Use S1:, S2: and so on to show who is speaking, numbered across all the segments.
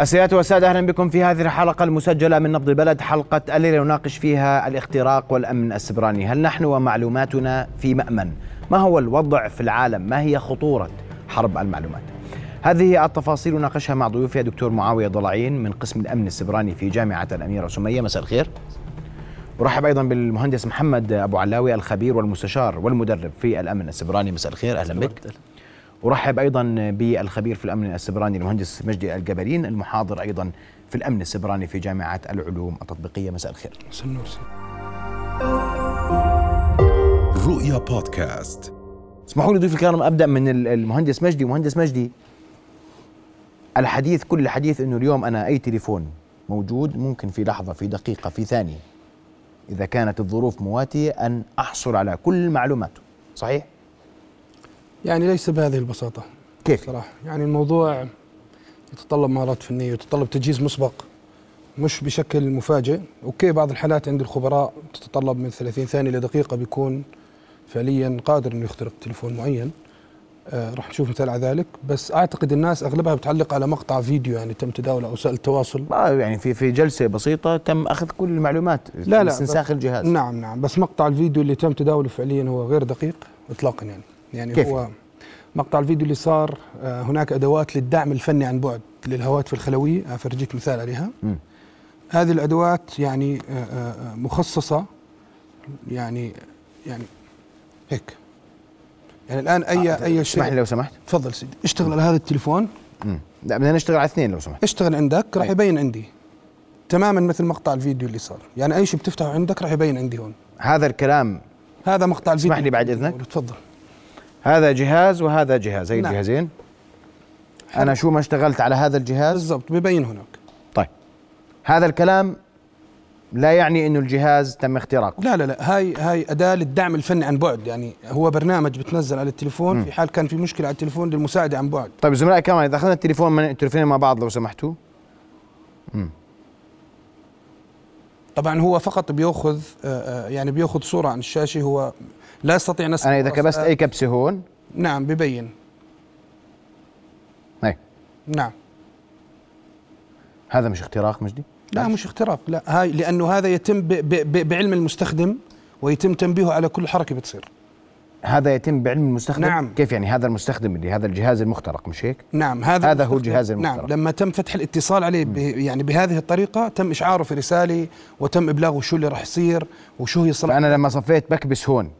S1: السيدات والسادة أهلا بكم في هذه الحلقة المسجلة من نبض البلد حلقة الليلة نناقش فيها الاختراق والأمن السبراني هل نحن ومعلوماتنا في مأمن؟ ما هو الوضع في العالم؟ ما هي خطورة حرب المعلومات؟ هذه التفاصيل نناقشها مع ضيوفي دكتور معاوية ضلعين من قسم الأمن السبراني في جامعة الأميرة سمية مساء الخير برحب أيضا بالمهندس محمد أبو علاوي الخبير والمستشار والمدرب في الأمن السبراني مساء الخير أهلا بك ارحب ايضا بالخبير في الامن السبراني المهندس مجدي الجبرين المحاضر ايضا في الامن السبراني في جامعه العلوم التطبيقيه مساء الخير.
S2: رؤيا بودكاست
S1: اسمحوا لي ضيوفي الكرام ابدا من المهندس مجدي، مهندس مجدي الحديث كل الحديث انه اليوم انا اي تليفون موجود ممكن في لحظه في دقيقه في ثانيه اذا كانت الظروف مواتيه ان احصل على كل معلوماته، صحيح؟
S3: يعني ليس بهذه البساطة
S1: كيف؟
S3: صراحة يعني الموضوع يتطلب مهارات فنية يتطلب تجهيز مسبق مش بشكل مفاجئ أوكي بعض الحالات عند الخبراء تتطلب من 30 ثانية لدقيقة بيكون فعليا قادر أنه يخترق تليفون معين آه راح نشوف مثال على ذلك بس أعتقد الناس أغلبها بتعلق على مقطع فيديو يعني تم تداوله أو وسائل التواصل
S1: آه، يعني في في جلسه بسيطه تم اخذ كل المعلومات
S3: لا، لا،
S1: استنساخ الجهاز
S3: نعم نعم بس مقطع الفيديو اللي تم تداوله فعليا هو غير دقيق اطلاقا يعني يعني
S1: كيف؟
S3: هو مقطع الفيديو اللي صار آه، هناك ادوات للدعم الفني عن بعد للهواتف الخلويه افرجيك مثال عليها
S1: مم.
S3: هذه الادوات يعني آه، آه، آه، مخصصه يعني يعني هيك يعني الان اي
S1: آه،
S3: اي
S1: اسمح لي
S3: شيء
S1: لو سمحت
S3: تفضل سيدي اشتغل على هذا التليفون
S1: مم. لا بدنا نشتغل على اثنين لو سمحت
S3: اشتغل عندك راح
S1: أي.
S3: يبين عندي تماما مثل مقطع الفيديو اللي صار يعني اي شيء بتفتحه عندك راح يبين عندي هون
S1: هذا الكلام
S3: هذا مقطع الفيديو
S1: اسمح لي بعد إذنك.
S3: تفضل
S1: هذا جهاز وهذا جهاز هي
S3: نعم.
S1: الجهازين انا شو ما اشتغلت على هذا الجهاز
S3: بالضبط ببين هناك
S1: طيب هذا الكلام لا يعني انه الجهاز تم اختراقه
S3: لا لا لا هاي هاي اداه للدعم الفني عن بعد يعني هو برنامج بتنزل على التليفون في حال كان في مشكله على التليفون للمساعده عن بعد
S1: طيب زملائي كمان اذا اخذنا التليفون من التليفونين مع بعض لو سمحتوا
S3: طبعا هو فقط بياخذ آه، آه، يعني بياخذ صوره عن الشاشه هو لا يستطيع نسخ
S1: انا اذا
S3: الرأس.
S1: كبست
S3: آه،
S1: اي كبسه هون
S3: نعم ببين
S1: هي
S3: نعم
S1: هذا مش اختراق مجدي
S3: لا مش اختراق لا هاي لانه هذا يتم ب ب ب بعلم المستخدم ويتم تنبيهه على كل حركه بتصير
S1: هذا يتم بعلم المستخدم
S3: نعم.
S1: كيف يعني هذا المستخدم اللي هذا الجهاز المخترق مش هيك
S3: نعم هذا
S1: هذا هو
S3: المستخدم-
S1: جهاز المخترق.
S3: نعم لما تم فتح الاتصال عليه ب يعني بهذه الطريقه تم اشعاره في رساله وتم ابلاغه شو اللي راح يصير وشو هي صلاحيته
S1: فانا لما صفيت بكبس هون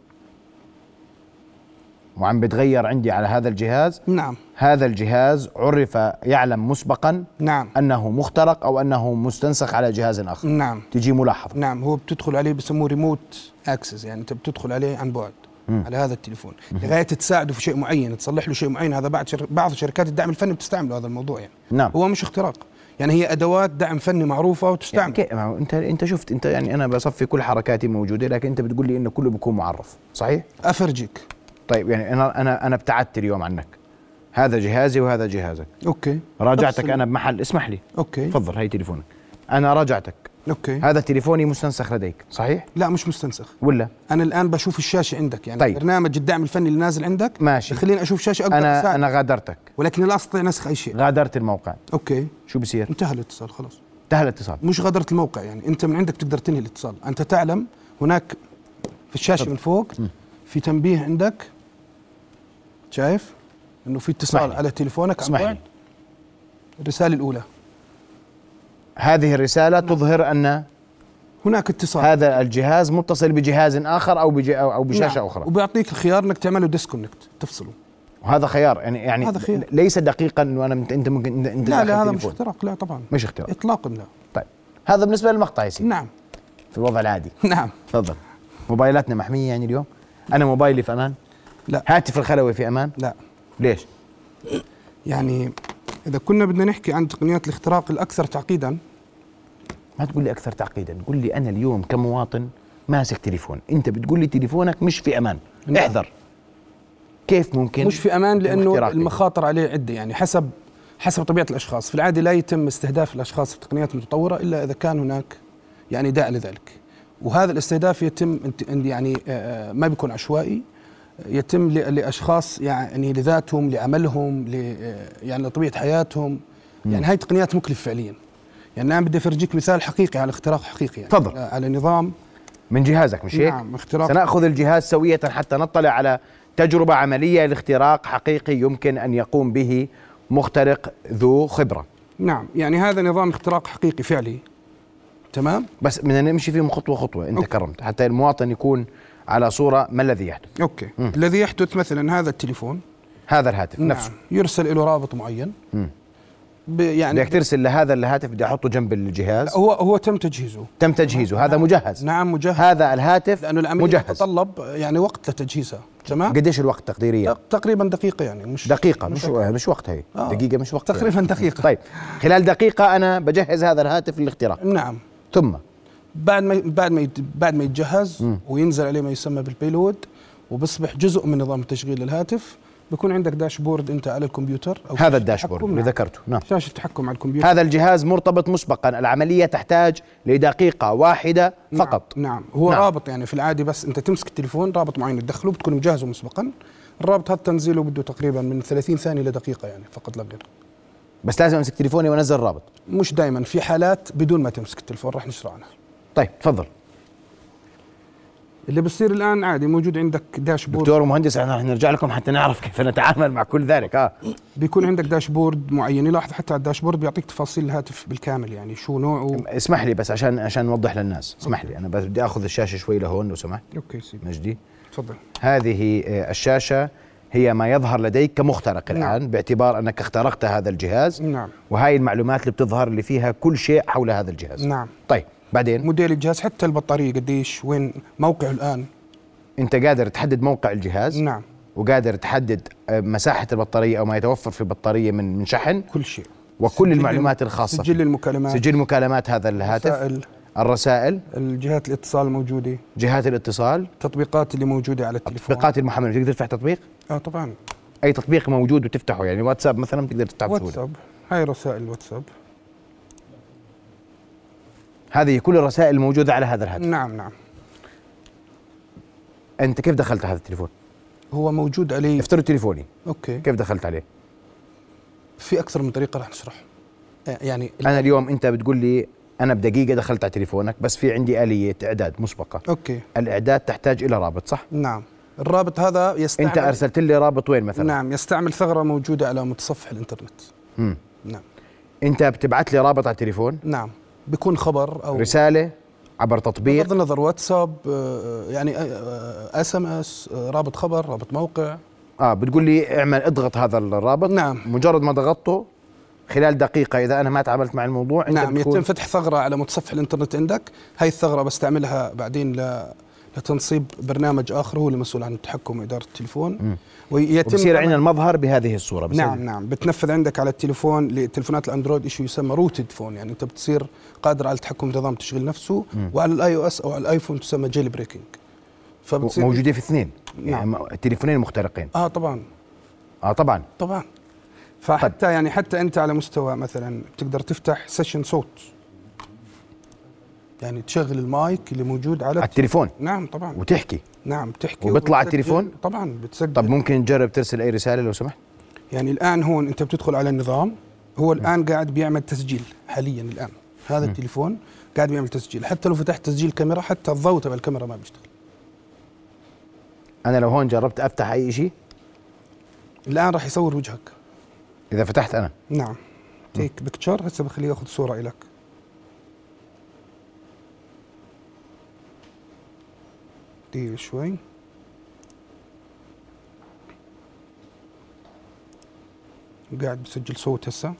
S1: وعم بتغير عندي على هذا الجهاز
S3: نعم
S1: هذا الجهاز عرف يعلم مسبقا
S3: نعم
S1: انه مخترق او انه مستنسخ على جهاز اخر
S3: نعم
S1: تجي ملاحظه
S3: نعم هو بتدخل عليه بسموه ريموت اكسس يعني انت بتدخل عليه عن بعد على هذا التليفون لغايه تساعده في شيء معين تصلح له شيء معين هذا بعض شر... بعض شركات الدعم الفني بتستعمله هذا الموضوع يعني
S1: نعم
S3: هو مش اختراق يعني هي ادوات دعم فني معروفه
S1: يعني
S3: وتستعمل
S1: كي- ما هو انت انت شفت انت يعني انا بصفي كل حركاتي موجوده لكن انت بتقول لي انه كله بيكون معرف صحيح
S3: افرجيك
S1: طيب يعني انا انا انا ابتعدت اليوم عنك هذا جهازي وهذا جهازك
S3: اوكي
S1: راجعتك
S3: نفس
S1: انا بمحل اسمح لي
S3: اوكي
S1: تفضل هي تليفونك انا راجعتك
S3: اوكي
S1: هذا تليفوني مستنسخ لديك صحيح
S3: لا مش مستنسخ
S1: ولا
S3: انا الان بشوف الشاشه عندك يعني
S1: طيب.
S3: برنامج الدعم الفني اللي نازل عندك
S1: ماشي.
S3: خليني اشوف شاشه اقدر
S1: انا
S3: أساعد.
S1: انا غادرتك
S3: ولكن لا استطيع نسخ اي شيء
S1: غادرت الموقع
S3: اوكي
S1: شو بصير
S3: انتهى الاتصال خلاص
S1: انتهى الاتصال
S3: مش غادرة الموقع يعني انت من عندك تقدر تنهي الاتصال انت تعلم هناك في الشاشه من فوق في تنبيه عندك شايف انه في
S1: اسمح
S3: اتصال
S1: لي.
S3: على تليفونك عن
S1: اسمح لي
S3: بعد الرساله الاولى
S1: هذه الرساله
S3: نعم.
S1: تظهر ان
S3: هناك اتصال
S1: هذا الجهاز متصل بجهاز اخر او بج... او أو بشاشه
S3: نعم.
S1: اخرى
S3: وبيعطيك الخيار انك تعمله ديسكونكت تفصله
S1: وهذا خيار يعني يعني
S3: هذا خيار.
S1: ليس دقيقا انه انا مت- انت ممكن انت, انت
S3: لا
S1: داخل
S3: لا هذا مش
S1: تليفون.
S3: اختراق لا طبعا
S1: مش اختراق
S3: اطلاقا لا
S1: طيب هذا بالنسبه للمقطع يا سيدي
S3: نعم
S1: في الوضع العادي
S3: نعم
S1: تفضل موبايلاتنا محميه يعني اليوم انا موبايلي في امان
S3: لا.
S1: هاتف الخلوي في امان
S3: لا
S1: ليش
S3: يعني اذا كنا بدنا نحكي عن تقنيات الاختراق الاكثر تعقيدا
S1: ما تقول لي اكثر تعقيدا قل لي انا اليوم كمواطن ماسك تليفون انت بتقول لي تليفونك مش في امان
S3: نعم.
S1: احذر كيف ممكن
S3: مش في امان
S1: يتم
S3: لانه
S1: اختراقي؟
S3: المخاطر عليه عده يعني حسب حسب طبيعه الاشخاص في العاده لا يتم استهداف الاشخاص في تقنيات متطوره الا اذا كان هناك يعني داعي لذلك وهذا الاستهداف يتم انت- ان- يعني آه، آه، ما بيكون عشوائي آه، يتم ل- لاشخاص يعني لذاتهم لعملهم ل آه، يعني لطبيعه حياتهم يعني هاي تقنيات مكلفه فعليا يعني الان بدي افرجيك مثال حقيقي على اختراق حقيقي يعني
S1: تفضل.
S3: آه، على نظام
S1: من جهازك مش هيك؟
S3: نعم، اختراق.
S1: سنأخذ الجهاز سوية حتى نطلع على تجربة عملية لاختراق حقيقي يمكن أن يقوم به مخترق ذو خبرة
S3: نعم يعني هذا نظام اختراق حقيقي فعلي تمام
S1: بس بدنا نمشي فيهم خطوة خطوة أنت
S3: أوكي.
S1: كرمت حتى المواطن يكون على صورة ما الذي يحدث
S3: اوكي الذي يحدث مثلا هذا التليفون
S1: هذا الهاتف نفسه
S3: نعم يرسل له رابط معين ب- يعني
S1: بدك ترسل لهذا الهاتف بدي احطه جنب الجهاز
S3: هو هو تم تجهيزه
S1: تم تجهيزه هذا مجهز
S3: نعم مجهز
S1: هذا الهاتف
S3: لانه العمليه
S1: مجهز
S3: تتطلب يعني وقت لتجهيزها تمام
S1: قديش الوقت تقديريا
S3: تقريبا دقيقه يعني مش
S1: دقيقة مش مش وقت هي
S3: آه.
S1: دقيقة مش وقت
S3: تقريبا دقيقه
S1: طيب خلال دقيقة أنا بجهز هذا الهاتف للاختراق
S3: نعم
S1: ثم
S3: بعد ما بعد ما يت- بعد ما يتجهز وينزل عليه ما يسمى بالبيلود وبصبح جزء من نظام تشغيل الهاتف بيكون عندك داشبورد انت على الكمبيوتر او
S1: هذا
S3: شاشة
S1: الداشبورد
S3: تحكم،
S1: اللي
S3: نعم.
S1: ذكرته نعم
S3: شاشه تحكم على الكمبيوتر
S1: هذا الجهاز مرتبط مسبقا العملية تحتاج لدقيقة واحدة
S3: نعم،
S1: فقط
S3: نعم هو
S1: نعم.
S3: نعم. رابط يعني في العادي بس انت تمسك التليفون رابط معين تدخله بتكون مجهزه مسبقا الرابط هذا تنزيله بده تقريبا من 30 ثانيه لدقيقه يعني فقط لا غير
S1: بس لازم أمسك تليفوني وأنزل الرابط
S3: مش دائما في حالات بدون ما تمسك التليفون راح نشرح عنها
S1: طيب تفضل
S3: اللي بصير الان عادي موجود عندك داشبورد
S1: دكتور ومهندس احنا رح نرجع لكم حتى نعرف كيف نتعامل مع كل ذلك اه
S3: بيكون عندك داشبورد معين يلاحظ حتى على الداشبورد بيعطيك تفاصيل الهاتف بالكامل يعني شو نوعه
S1: اسمح لي بس عشان عشان نوضح للناس اسمح لي انا بس بدي اخذ الشاشه شوي لهون لو سمحت
S3: اوكي سيدي
S1: مجدي
S3: تفضل
S1: هذه آه، الشاشه هي ما يظهر لديك كمخترق
S3: نعم.
S1: الان باعتبار انك اخترقت هذا الجهاز
S3: نعم
S1: وهاي المعلومات اللي بتظهر اللي فيها كل شيء حول هذا الجهاز
S3: نعم
S1: طيب بعدين
S3: موديل الجهاز حتى البطاريه قديش وين موقعه الان
S1: انت قادر تحدد موقع الجهاز
S3: نعم
S1: وقادر تحدد آه، مساحه البطاريه او ما يتوفر في البطاريه من من شحن
S3: كل شيء
S1: وكل المعلومات الخاصه
S3: سجل
S1: فيه.
S3: المكالمات
S1: سجل مكالمات هذا الهاتف
S3: رسائل
S1: الرسائل
S3: الجهات الاتصال الموجوده
S1: جهات الاتصال
S3: التطبيقات اللي موجوده على التليفون
S1: تطبيقات المحمله تقدر تفتح تطبيق
S3: اه طبعا
S1: اي تطبيق موجود وتفتحه يعني واتساب مثلا بتقدر تفتحه بسهوله
S3: واتساب هاي رسائل الواتساب
S1: هذه كل الرسائل الموجوده على هذا الهاتف
S3: نعم نعم
S1: انت كيف دخلت على هذا التليفون
S3: هو موجود عليه
S1: افترض تليفوني
S3: اوكي
S1: كيف دخلت عليه
S3: في اكثر من طريقه راح نشرح آه، يعني ال-
S1: انا اليوم انت بتقول لي انا بدقيقه دخلت على تليفونك بس في عندي اليه اعداد مسبقه
S3: اوكي
S1: الاعداد تحتاج الى رابط صح
S3: نعم الرابط هذا يستعمل
S1: انت ارسلت لي رابط وين مثلا
S3: نعم يستعمل ثغره موجوده على متصفح الانترنت
S1: مم.
S3: نعم
S1: انت بتبعت لي رابط على التليفون
S3: نعم بيكون خبر او
S1: رساله عبر تطبيق
S3: بغض النظر واتساب آه، يعني اس ام اس آه، رابط خبر رابط موقع
S1: اه بتقول لي اعمل اضغط هذا الرابط
S3: نعم.
S1: مجرد ما ضغطته خلال دقيقه اذا انا ما تعاملت مع الموضوع انت
S3: نعم
S1: بتكون
S3: يتم فتح ثغره على متصفح الانترنت عندك هاي الثغره بستعملها بعدين ل لتنصيب برنامج اخر هو المسؤول عن التحكم واداره التليفون ويتم
S1: وبصير عندنا المظهر بهذه الصوره بصير
S3: نعم نعم بتنفذ عندك على التليفون لتليفونات الاندرويد شيء يسمى روتد فون يعني انت بتصير قادر على التحكم بنظام التشغيل نفسه وعلى الاي او اس او على الايفون تسمى جيل بريكنج فبتصير
S1: موجودين في اثنين
S3: نعم.
S1: يعني التليفونين مخترقين
S3: اه طبعا
S1: اه طبعا
S3: طبعا فحتى يعني حتى انت على مستوى مثلا بتقدر تفتح سيشن صوت يعني تشغل المايك اللي موجود على
S1: على التليفون
S3: نعم طبعا
S1: وتحكي
S3: نعم بتحكي
S1: وبيطلع
S3: وبتسجل.
S1: التليفون؟
S3: طبعا بتسجل
S1: طب ممكن تجرب ترسل اي رساله لو سمحت
S3: يعني الان هون انت بتدخل على النظام هو الان قاعد بيعمل تسجيل حاليا الان هذا التليفون قاعد بيعمل تسجيل حتى لو فتحت تسجيل كاميرا حتى الضوء تبع الكاميرا ما بيشتغل
S1: انا لو هون جربت افتح اي شيء
S3: الان راح يصور وجهك
S1: اذا فتحت انا
S3: نعم تيك بكتشر هسه بخليه ياخذ صوره لك دقيقه شوي قاعد بسجل صوت هسه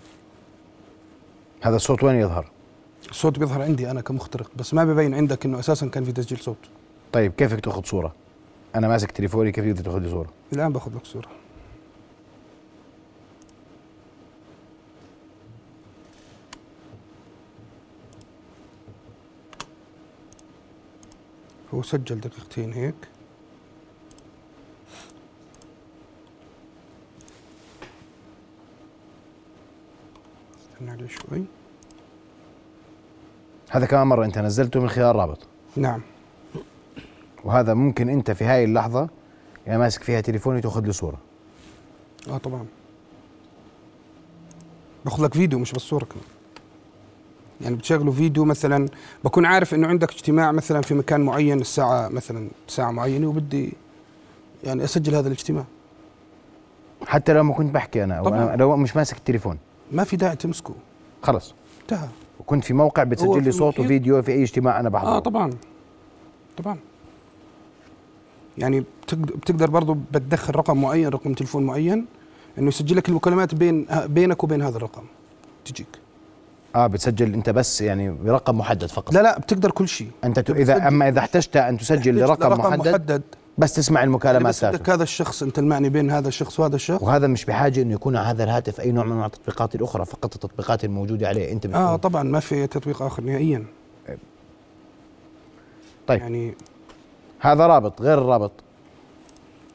S1: هذا الصوت وين يظهر
S3: الصوت بيظهر عندي انا كمخترق بس ما ببين عندك انه اساسا كان في تسجيل صوت
S1: طيب كيف بدك تاخذ صوره انا ماسك تليفوني كيف تقدر تاخذ لي صوره
S3: الآن باخذ لك صورة هو سجل دقيقتين هيك استنى عليه شوي
S1: هذا كمان مره انت نزلته من خلال رابط
S3: نعم
S1: وهذا ممكن انت في هاي يعني اللحظه يا ماسك فيها تليفوني تاخذ لي صوره
S3: اه طبعا آه، باخذ لك فيديو مش بس صوره كمان يعني بتشغله فيديو مثلا بكون عارف انه عندك اجتماع مثلا في مكان معين الساعه مثلا ساعه معينه وبدي يعني اسجل هذا الاجتماع
S1: حتى لو ما كنت بحكي انا او
S3: طبعاً.
S1: أنا لو مش ماسك التليفون
S3: ما في داعي تمسكه
S1: خلص
S3: انتهى
S1: وكنت في موقع
S3: هو
S1: بتسجل
S3: في
S1: لي صوت
S3: محيط.
S1: وفيديو في اي اجتماع انا بحضره
S3: اه طبعا طبعا يعني بتقد- بتقدر برضو بتدخل رقم معين رقم تليفون معين انه يسجل لك المكالمات بين ه- بينك وبين هذا الرقم تجيك
S1: اه بتسجل انت بس يعني برقم محدد فقط
S3: لا لا بتقدر كل شيء
S1: انت ت... اذا اما اذا احتجت ان تسجل لرقم محدد,
S3: محدد
S1: بس تسمع
S3: يعني
S1: المكالمات
S3: بس بدك
S1: تاعته
S3: هذا الشخص انت المعني بين هذا الشخص وهذا الشخص
S1: وهذا مش بحاجه انه يكون على هذا الهاتف اي نوع من انواع التطبيقات الاخرى فقط التطبيقات الموجوده عليه انت بتكون
S3: اه
S1: آه
S3: طبعا ما في تطبيق اخر نهائيا
S1: طيب.
S3: يعني
S1: هذا رابط غير الرابط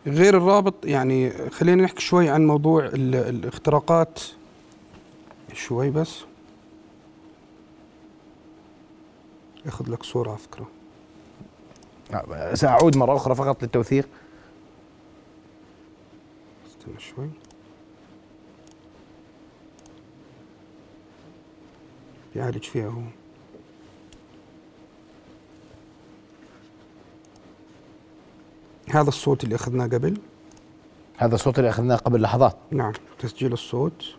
S3: غير الرابط يعني خلينا نحكي شوي عن موضوع ال- الاختراقات شوي بس اخذ لك صورة على فكرة
S1: آه، ساعود مره اخرى فقط للتوثيق
S3: استنى شوي بيعالج فيها هو هذا الصوت اللي اخذناه قبل
S1: هذا الصوت اللي اخذناه قبل لحظات
S3: نعم تسجيل الصوت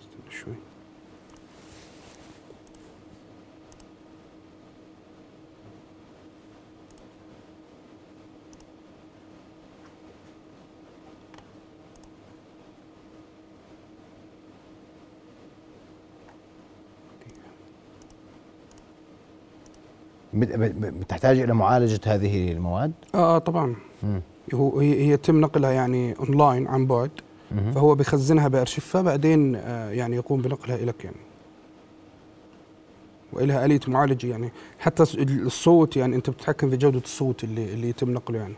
S3: استنى شوي
S1: بت- بت- بتحتاج الى معالجه هذه المواد
S3: اه آه، طبعا
S1: مم.
S3: هو هي هي يتم نقلها يعني اونلاين عن بعد
S1: مهم.
S3: فهو بيخزنها بارشفها بعدين آه، يعني يقوم بنقلها الك يعني والها اليه معالجه يعني حتى الص- الصوت يعني انت بتتحكم في جوده الصوت اللي اللي يتم نقله يعني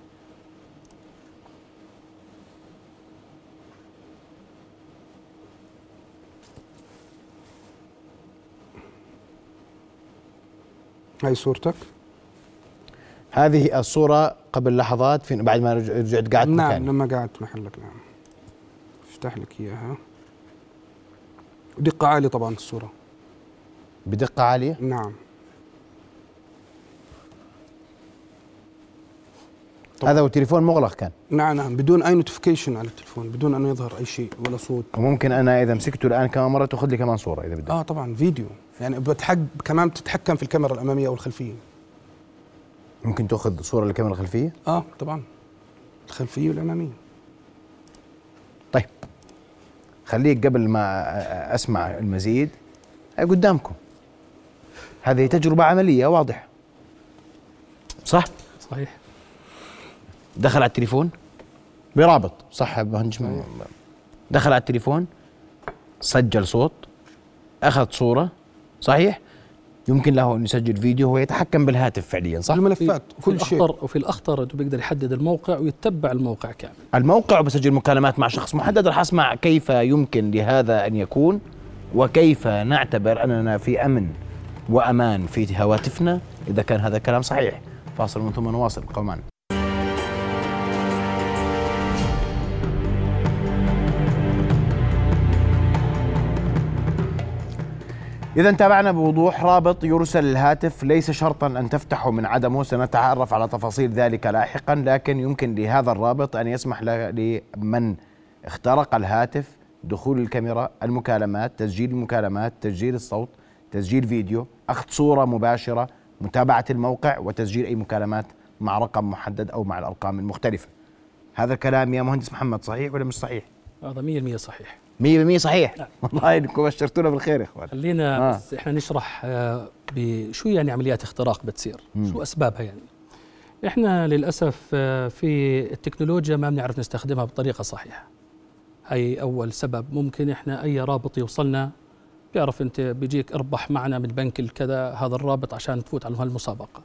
S3: هاي صورتك
S1: هذه الصوره قبل لحظات فين بعد ما رج- رجعت قعدت
S3: نعم
S1: مكاني
S3: لما قعدت محلك نعم افتح لك اياها دقة عالية طبعا الصورة
S1: بدقه عاليه
S3: نعم
S1: هذا هو تليفون مغلق كان
S3: نعم نعم بدون اي نوتيفيكيشن على التليفون بدون انه يظهر اي شيء ولا صوت
S1: وممكن انا اذا مسكته الان كمان مره تاخذ لي كمان صوره اذا بدك
S3: اه طبعا فيديو يعني بتحق كمان بتتحكم في الكاميرا الامامية او الخلفية
S1: ممكن تاخذ صوره للكاميرا الخلفيه
S3: اه طبعا الخلفية والامامية
S1: طيب خليك قبل ما أ- أ- اسمع المزيد قدامكم هذه تجربه عمليه واضحه صح
S2: صحيح
S1: دخل على التليفون برابط صح يا مهندس محمد؟ دخل على التليفون سجل صوت اخذ صوره صحيح يمكن له ان يسجل فيديو هو يتحكم بالهاتف فعليا
S2: طيب،
S1: صح
S3: الملفات
S2: وفي
S3: وكل شيء
S2: الاخطر وفي الاخطر انه بيقدر يحدد الموقع ويتبع الموقع كامل
S1: الموقع وبسجل مكالمات مع شخص محدد راح اسمع كيف يمكن لهذا ان يكون وكيف نعتبر اننا في امن وامان في هواتفنا اذا كان هذا الكلام صحيح فاصل ومن ثم نواصل ابقوا معنا إذا تابعنا بوضوح رابط يرسل الهاتف ليس شرطا أن تفتحه من عدمه سنتعرف على تفاصيل ذلك لاحقا لكن يمكن لهذا الرابط أن يسمح ل- لمن اخترق الهاتف دخول الكاميرا المكالمات تسجيل المكالمات تسجيل الصوت تسجيل فيديو أخذ صورة مباشرة متابعة الموقع وتسجيل أي مكالمات مع رقم محدد أو مع الأرقام المختلفة هذا الكلام يا مهندس محمد صحيح ولا مش صحيح؟
S2: هذا 100% صحيح
S1: 100% صحيح
S2: نعم.
S1: والله انكم بشرتونا بالخير يا اخوان
S2: خلينا
S1: آه.
S2: آه. بس احنا نشرح آه، بشو يعني عمليات اختراق بتصير
S1: مم.
S2: شو اسبابها يعني احنا للاسف آه، في التكنولوجيا ما بنعرف نستخدمها بطريقه صحيحه هاي اول سبب ممكن احنا اي رابط يوصلنا بيعرف انت بيجيك اربح معنا من بنك الكذا هذا الرابط عشان تفوت على هالمسابقه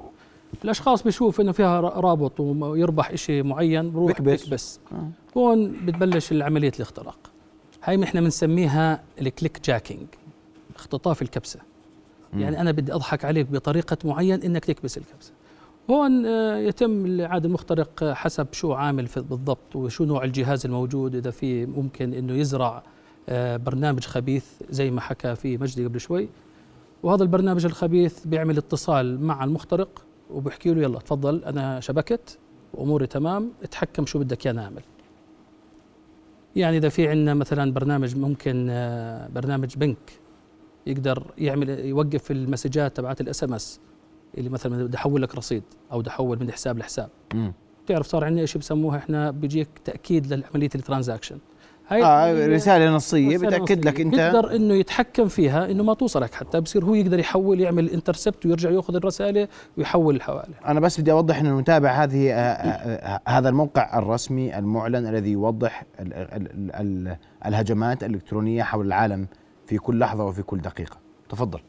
S2: الاشخاص بيشوف انه فيها ر- رابط ويربح شيء معين بروح
S1: بيكبس.
S2: بيكبس
S1: آه.
S2: هون بتبلش عمليه الاختراق هاي احنا بنسميها الكليك جاكينج اختطاف الكبسه يعني انا بدي اضحك عليك بطريقه معين انك تكبس الكبسه هون آه، يتم العاد المخترق آه، حسب شو عامل في- بالضبط وشو نوع الجهاز الموجود اذا في ممكن انه يزرع آه، برنامج خبيث زي ما حكى في مجدي قبل شوي وهذا البرنامج الخبيث بيعمل اتصال مع المخترق وبحكي له يلا تفضل انا شبكت واموري تمام اتحكم شو بدك اياه نعمل يعني اذا في عندنا مثلا برنامج ممكن آه، برنامج بنك يقدر يعمل يوقف المسجات تبعت الاس ام اس اللي مثلا بدي احول لك رصيد او بدي احول من حساب لحساب
S1: مم.
S2: بتعرف صار عندنا شيء بسموها احنا بيجيك تاكيد لعمليه الترانزاكشن هاي
S1: آه رساله نصيه
S2: رسالة
S1: بتاكد
S2: نصية.
S1: لك انت
S2: بيقدر انه يتحكم فيها انه ما توصلك حتى بصير هو يقدر يحول يعمل انترسبت ويرجع ياخذ الرساله ويحول الحواله
S1: انا بس بدي اوضح انه نتابع هذه آه، آه، آه، هذا الموقع الرسمي المعلن الذي يوضح ال ال ال الهجمات الالكترونيه حول العالم في كل لحظه وفي كل دقيقه تفضل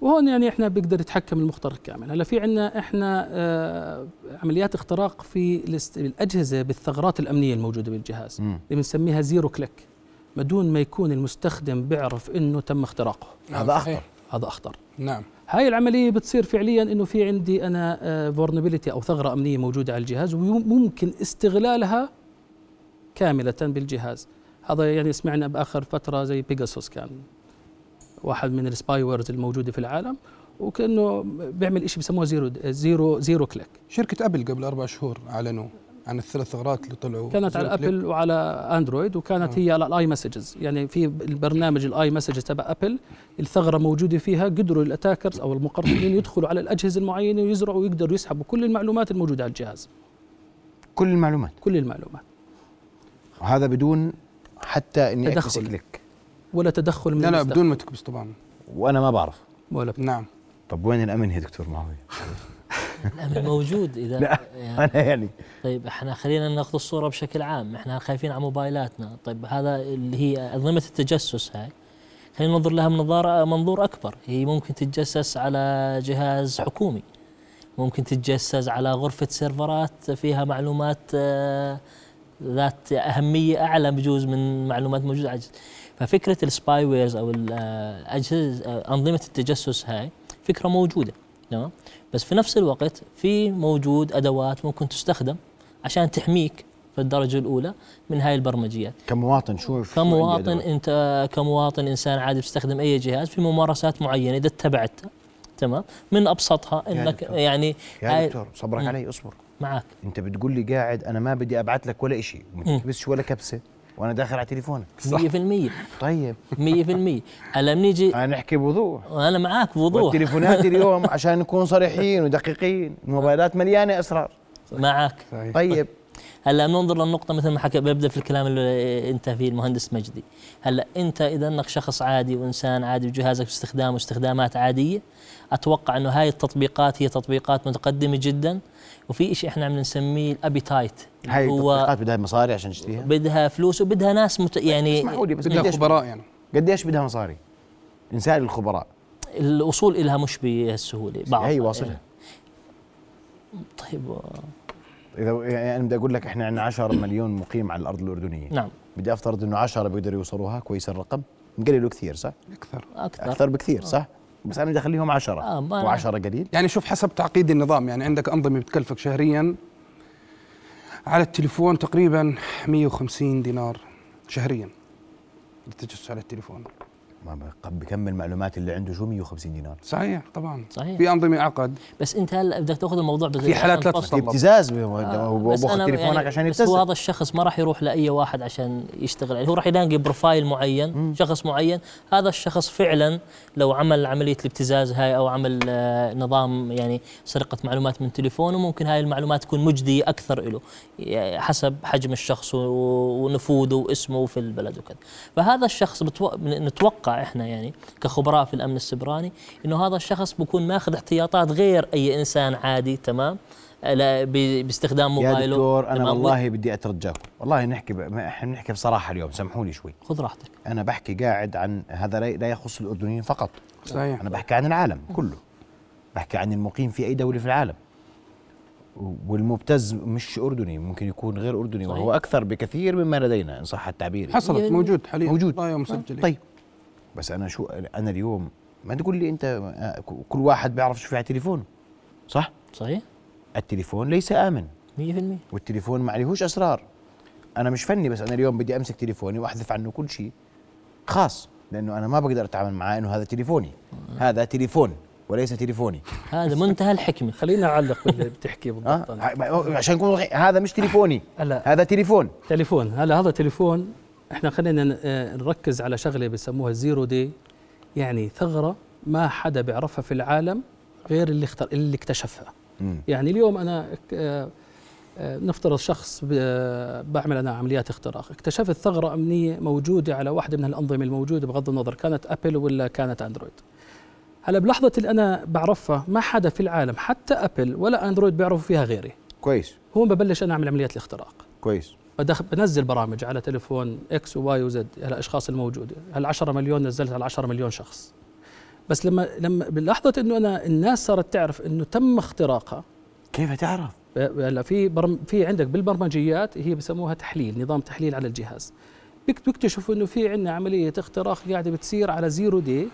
S2: وهون يعني احنا بيقدر يتحكم المخترق كامل هلا في عندنا احنا آه، عمليات اختراق في الاست- الاجهزه بالثغرات الامنيه الموجوده بالجهاز
S1: مم.
S2: اللي بنسميها زيرو كليك بدون ما يكون المستخدم بيعرف انه تم اختراقه
S3: نعم،
S1: هذا
S3: صحيح.
S1: أخطر.
S2: هذا اخطر
S3: نعم
S2: هاي العملية بتصير فعليا انه في عندي انا فورنبيليتي او ثغرة امنية موجودة على الجهاز وممكن استغلالها كاملة بالجهاز هذا يعني سمعنا باخر فترة زي بيجاسوس كان واحد من السباي ويرز الموجودة في العالم وكانه بيعمل شيء بسموه آه، زيرو زيرو زيرو كليك
S3: شركه ابل قبل اربع شهور اعلنوا عن الثلاث ثغرات اللي طلعوا
S2: كانت على ابل وعلى اندرويد
S3: آه.
S2: وكانت هي على الاي مسجز يعني في البرنامج الاي مسجز تبع ابل الثغره موجوده فيها قدروا الاتاكرز او المقرصنين يدخلوا على الاجهزه المعينه ويزرعوا ويقدروا يسحبوا كل المعلومات الموجوده على الجهاز
S1: كل المعلومات
S2: كل المعلومات
S1: وهذا بدون حتى اني اكس
S2: تدخل.
S1: كليك
S2: ولا تدخل من
S3: لا لا
S2: المستخدم
S3: بدون ما تكبس طبعا
S1: وانا ما بعرف
S2: ولا
S3: نعم
S1: طب وين الامن يا دكتور معاويه
S4: الامن موجود اذا يعني
S1: انا يعني
S4: طيب احنا خلينا ناخذ الصوره بشكل عام احنا خايفين على موبايلاتنا طيب هذا اللي هي انظمه التجسس هاي خلينا ننظر لها من نظارة منظور اكبر هي ممكن تتجسس على جهاز حكومي ممكن تتجسس على غرفه سيرفرات فيها معلومات آه، ذات اهميه اعلى بجوز من معلومات موجوده على الجهاز. ففكره السباي ويرز او ال- آه، اجهزه آه، انظمه التجسس هاي فكره موجوده تمام بس في نفس الوقت في موجود ادوات ممكن تستخدم عشان تحميك في الدرجه الاولى من هاي البرمجيات
S1: كمواطن شو شو عندي
S4: كمواطن
S1: أدوات؟
S4: انت كمواطن انسان عادي بتستخدم اي جهاز في ممارسات معينه اذا اتبعتها تمام من ابسطها انك
S1: دكتور.
S4: يعني
S1: يا
S2: آه،
S4: هاي-
S1: دكتور صبرك
S4: مم.
S1: علي اصبر
S4: معك
S1: انت بتقول لي قاعد انا ما بدي ابعت لك ولا شيء ما
S4: مم.
S1: تكبسش ولا كبسه وانا داخل على تليفونك
S4: 100%
S1: طيب
S4: 100% هلا بنيجي
S1: انا نحكي بوضوح
S4: انا معاك بوضوح
S1: والتليفونات اليوم عشان نكون صريحين ودقيقين الموبايلات مليانه اسرار
S4: معاك
S3: صحيح
S1: طيب
S4: هلا بننظر للنقطة مثل ما حكى ببدا في الكلام اللي انت فيه المهندس مجدي، هلا انت اذا انك شخص عادي وانسان عادي وجهازك باستخدامه استخدامات عادية، اتوقع انه هاي التطبيقات هي تطبيقات متقدمة جدا وفي شيء احنا عم نسميه الابيتايت
S1: هاي
S4: هو
S1: التطبيقات بدها مصاري عشان نشتريها
S4: بدها فلوس وبدها ناس مت... يعني
S1: اسمحوا لي بس
S3: بدها
S1: قديش
S3: خبراء يعني
S1: قديش بدها مصاري انسان الخبراء
S4: الوصول إلها مش بهالسهولة بعضها
S1: هي واصلها
S4: يعني. طيب آه،
S1: اذا يعني انا بدي اقول لك احنا عندنا 10 مليون مقيم على الارض الاردنيه
S4: نعم
S1: بدي افترض انه 10 بيقدروا يوصلوها كويس الرقم نقلله كثير صح
S3: اكثر
S4: اكثر
S1: اكثر بكثير صح بس انا بدي اخليهم 10
S4: آه، ما-
S1: و10 قليل
S3: يعني شوف حسب تعقيد النظام يعني عندك انظمه بتكلفك شهريا على التليفون تقريبا 150 دينار شهريا للتجسس على التليفون
S1: ما بق- بكمل معلومات اللي عنده شو 150 دينار
S3: صحيح طبعا
S4: صحيح.
S3: في انظمه عقد
S4: بس انت هلا بدك تاخذ الموضوع بغير
S3: في حالات لا
S1: في
S3: تستطيع. بالضبط.
S1: ابتزاز
S4: آه، بس
S1: باخذ
S4: أنا
S1: طيب، تليفونك
S4: يعني
S1: عشان
S4: بس هو
S1: يبتزز
S4: هذا الشخص ما راح يروح لاي واحد عشان يشتغل عليه هو راح يلاقي بروفايل معين شخص معين هذا الشخص فعلا لو عمل عمليه الابتزاز هاي او عمل آه، نظام يعني سرقه معلومات من تليفونه ممكن هاي المعلومات تكون مجديه اكثر له يعني حسب حجم الشخص و- ونفوذه واسمه في البلد وكذا فهذا الشخص بتو... نتوقع احنا يعني كخبراء في الامن السبراني انه هذا الشخص بيكون ماخذ احتياطات غير اي انسان عادي تمام لا ب- باستخدام موبايله
S1: يا دكتور انا
S4: تمام؟
S1: والله بدي اترجاكم والله نحكي ب... ما- احنا نحكي بصراحه اليوم سامحوا لي شوي
S4: خذ راحتك
S1: انا بحكي قاعد عن هذا لا- لا يخص الاردنيين فقط
S3: صحيح
S1: انا بحكي عن العالم كله بحكي عن المقيم في اي دوله في العالم و- والمبتز مش اردني ممكن يكون غير اردني
S4: صحيح.
S1: وهو اكثر بكثير مما لدينا ان صح التعبير
S3: حصلت
S4: يعني-
S3: موجود حاليا
S1: موجود.
S3: قضايا مسجله
S1: طيب بس انا شو انا اليوم ما تقول لي انت آه، ك- كل واحد بيعرف شو في على تليفونه صح
S4: صحيح
S1: التليفون ليس آمن
S4: 100%
S1: والتليفون ما عليهوش اسرار انا مش فني بس انا اليوم بدي امسك تليفوني واحذف عنه كل شيء خاص لانه انا ما بقدر اتعامل معاه انه هذا تليفوني هذا تليفون وليس تليفوني
S4: هذا منتهى الحكمه
S2: خلينا اعلق باللي بتحكي
S3: آه،
S2: بالضبط طيب.
S1: أه؟
S2: أنا.
S1: عشان نكون واضحين، هذا مش تليفوني
S2: هلا
S1: هذا تليفون
S2: تليفون هلا هذا تليفون احنا خلينا ن- آه، نركز على شغله بسموها الزيرو دي يعني ثغره ما حدا بيعرفها في العالم غير اللي اختر اللي اكتشفها
S1: مم.
S2: يعني اليوم انا اك- آه، آه، نفترض شخص ب- آه، بعمل انا عمليات اختراق اكتشفت ثغره امنيه موجوده على واحده من الانظمه الموجوده بغض النظر كانت ابل ولا كانت اندرويد هلا بلحظه اللي انا بعرفها ما حدا في العالم حتى ابل ولا اندرويد بيعرفوا فيها غيري
S1: كويس
S2: هون ببلش انا اعمل عمليات الاختراق
S1: كويس
S2: بدخ بنزل برامج على تليفون اكس وواي وزد الاشخاص الموجوده هال 10 مليون نزلت على 10 مليون شخص بس لما لما بلحظه انه انا الناس صارت تعرف انه تم اختراقها
S1: كيف تعرف
S2: ب- هلا في برم في عندك بالبرمجيات هي بسموها تحليل نظام تحليل على الجهاز بيك- بيكتشفوا انه في عندنا عمليه اختراق قاعده بتصير على زيرو دي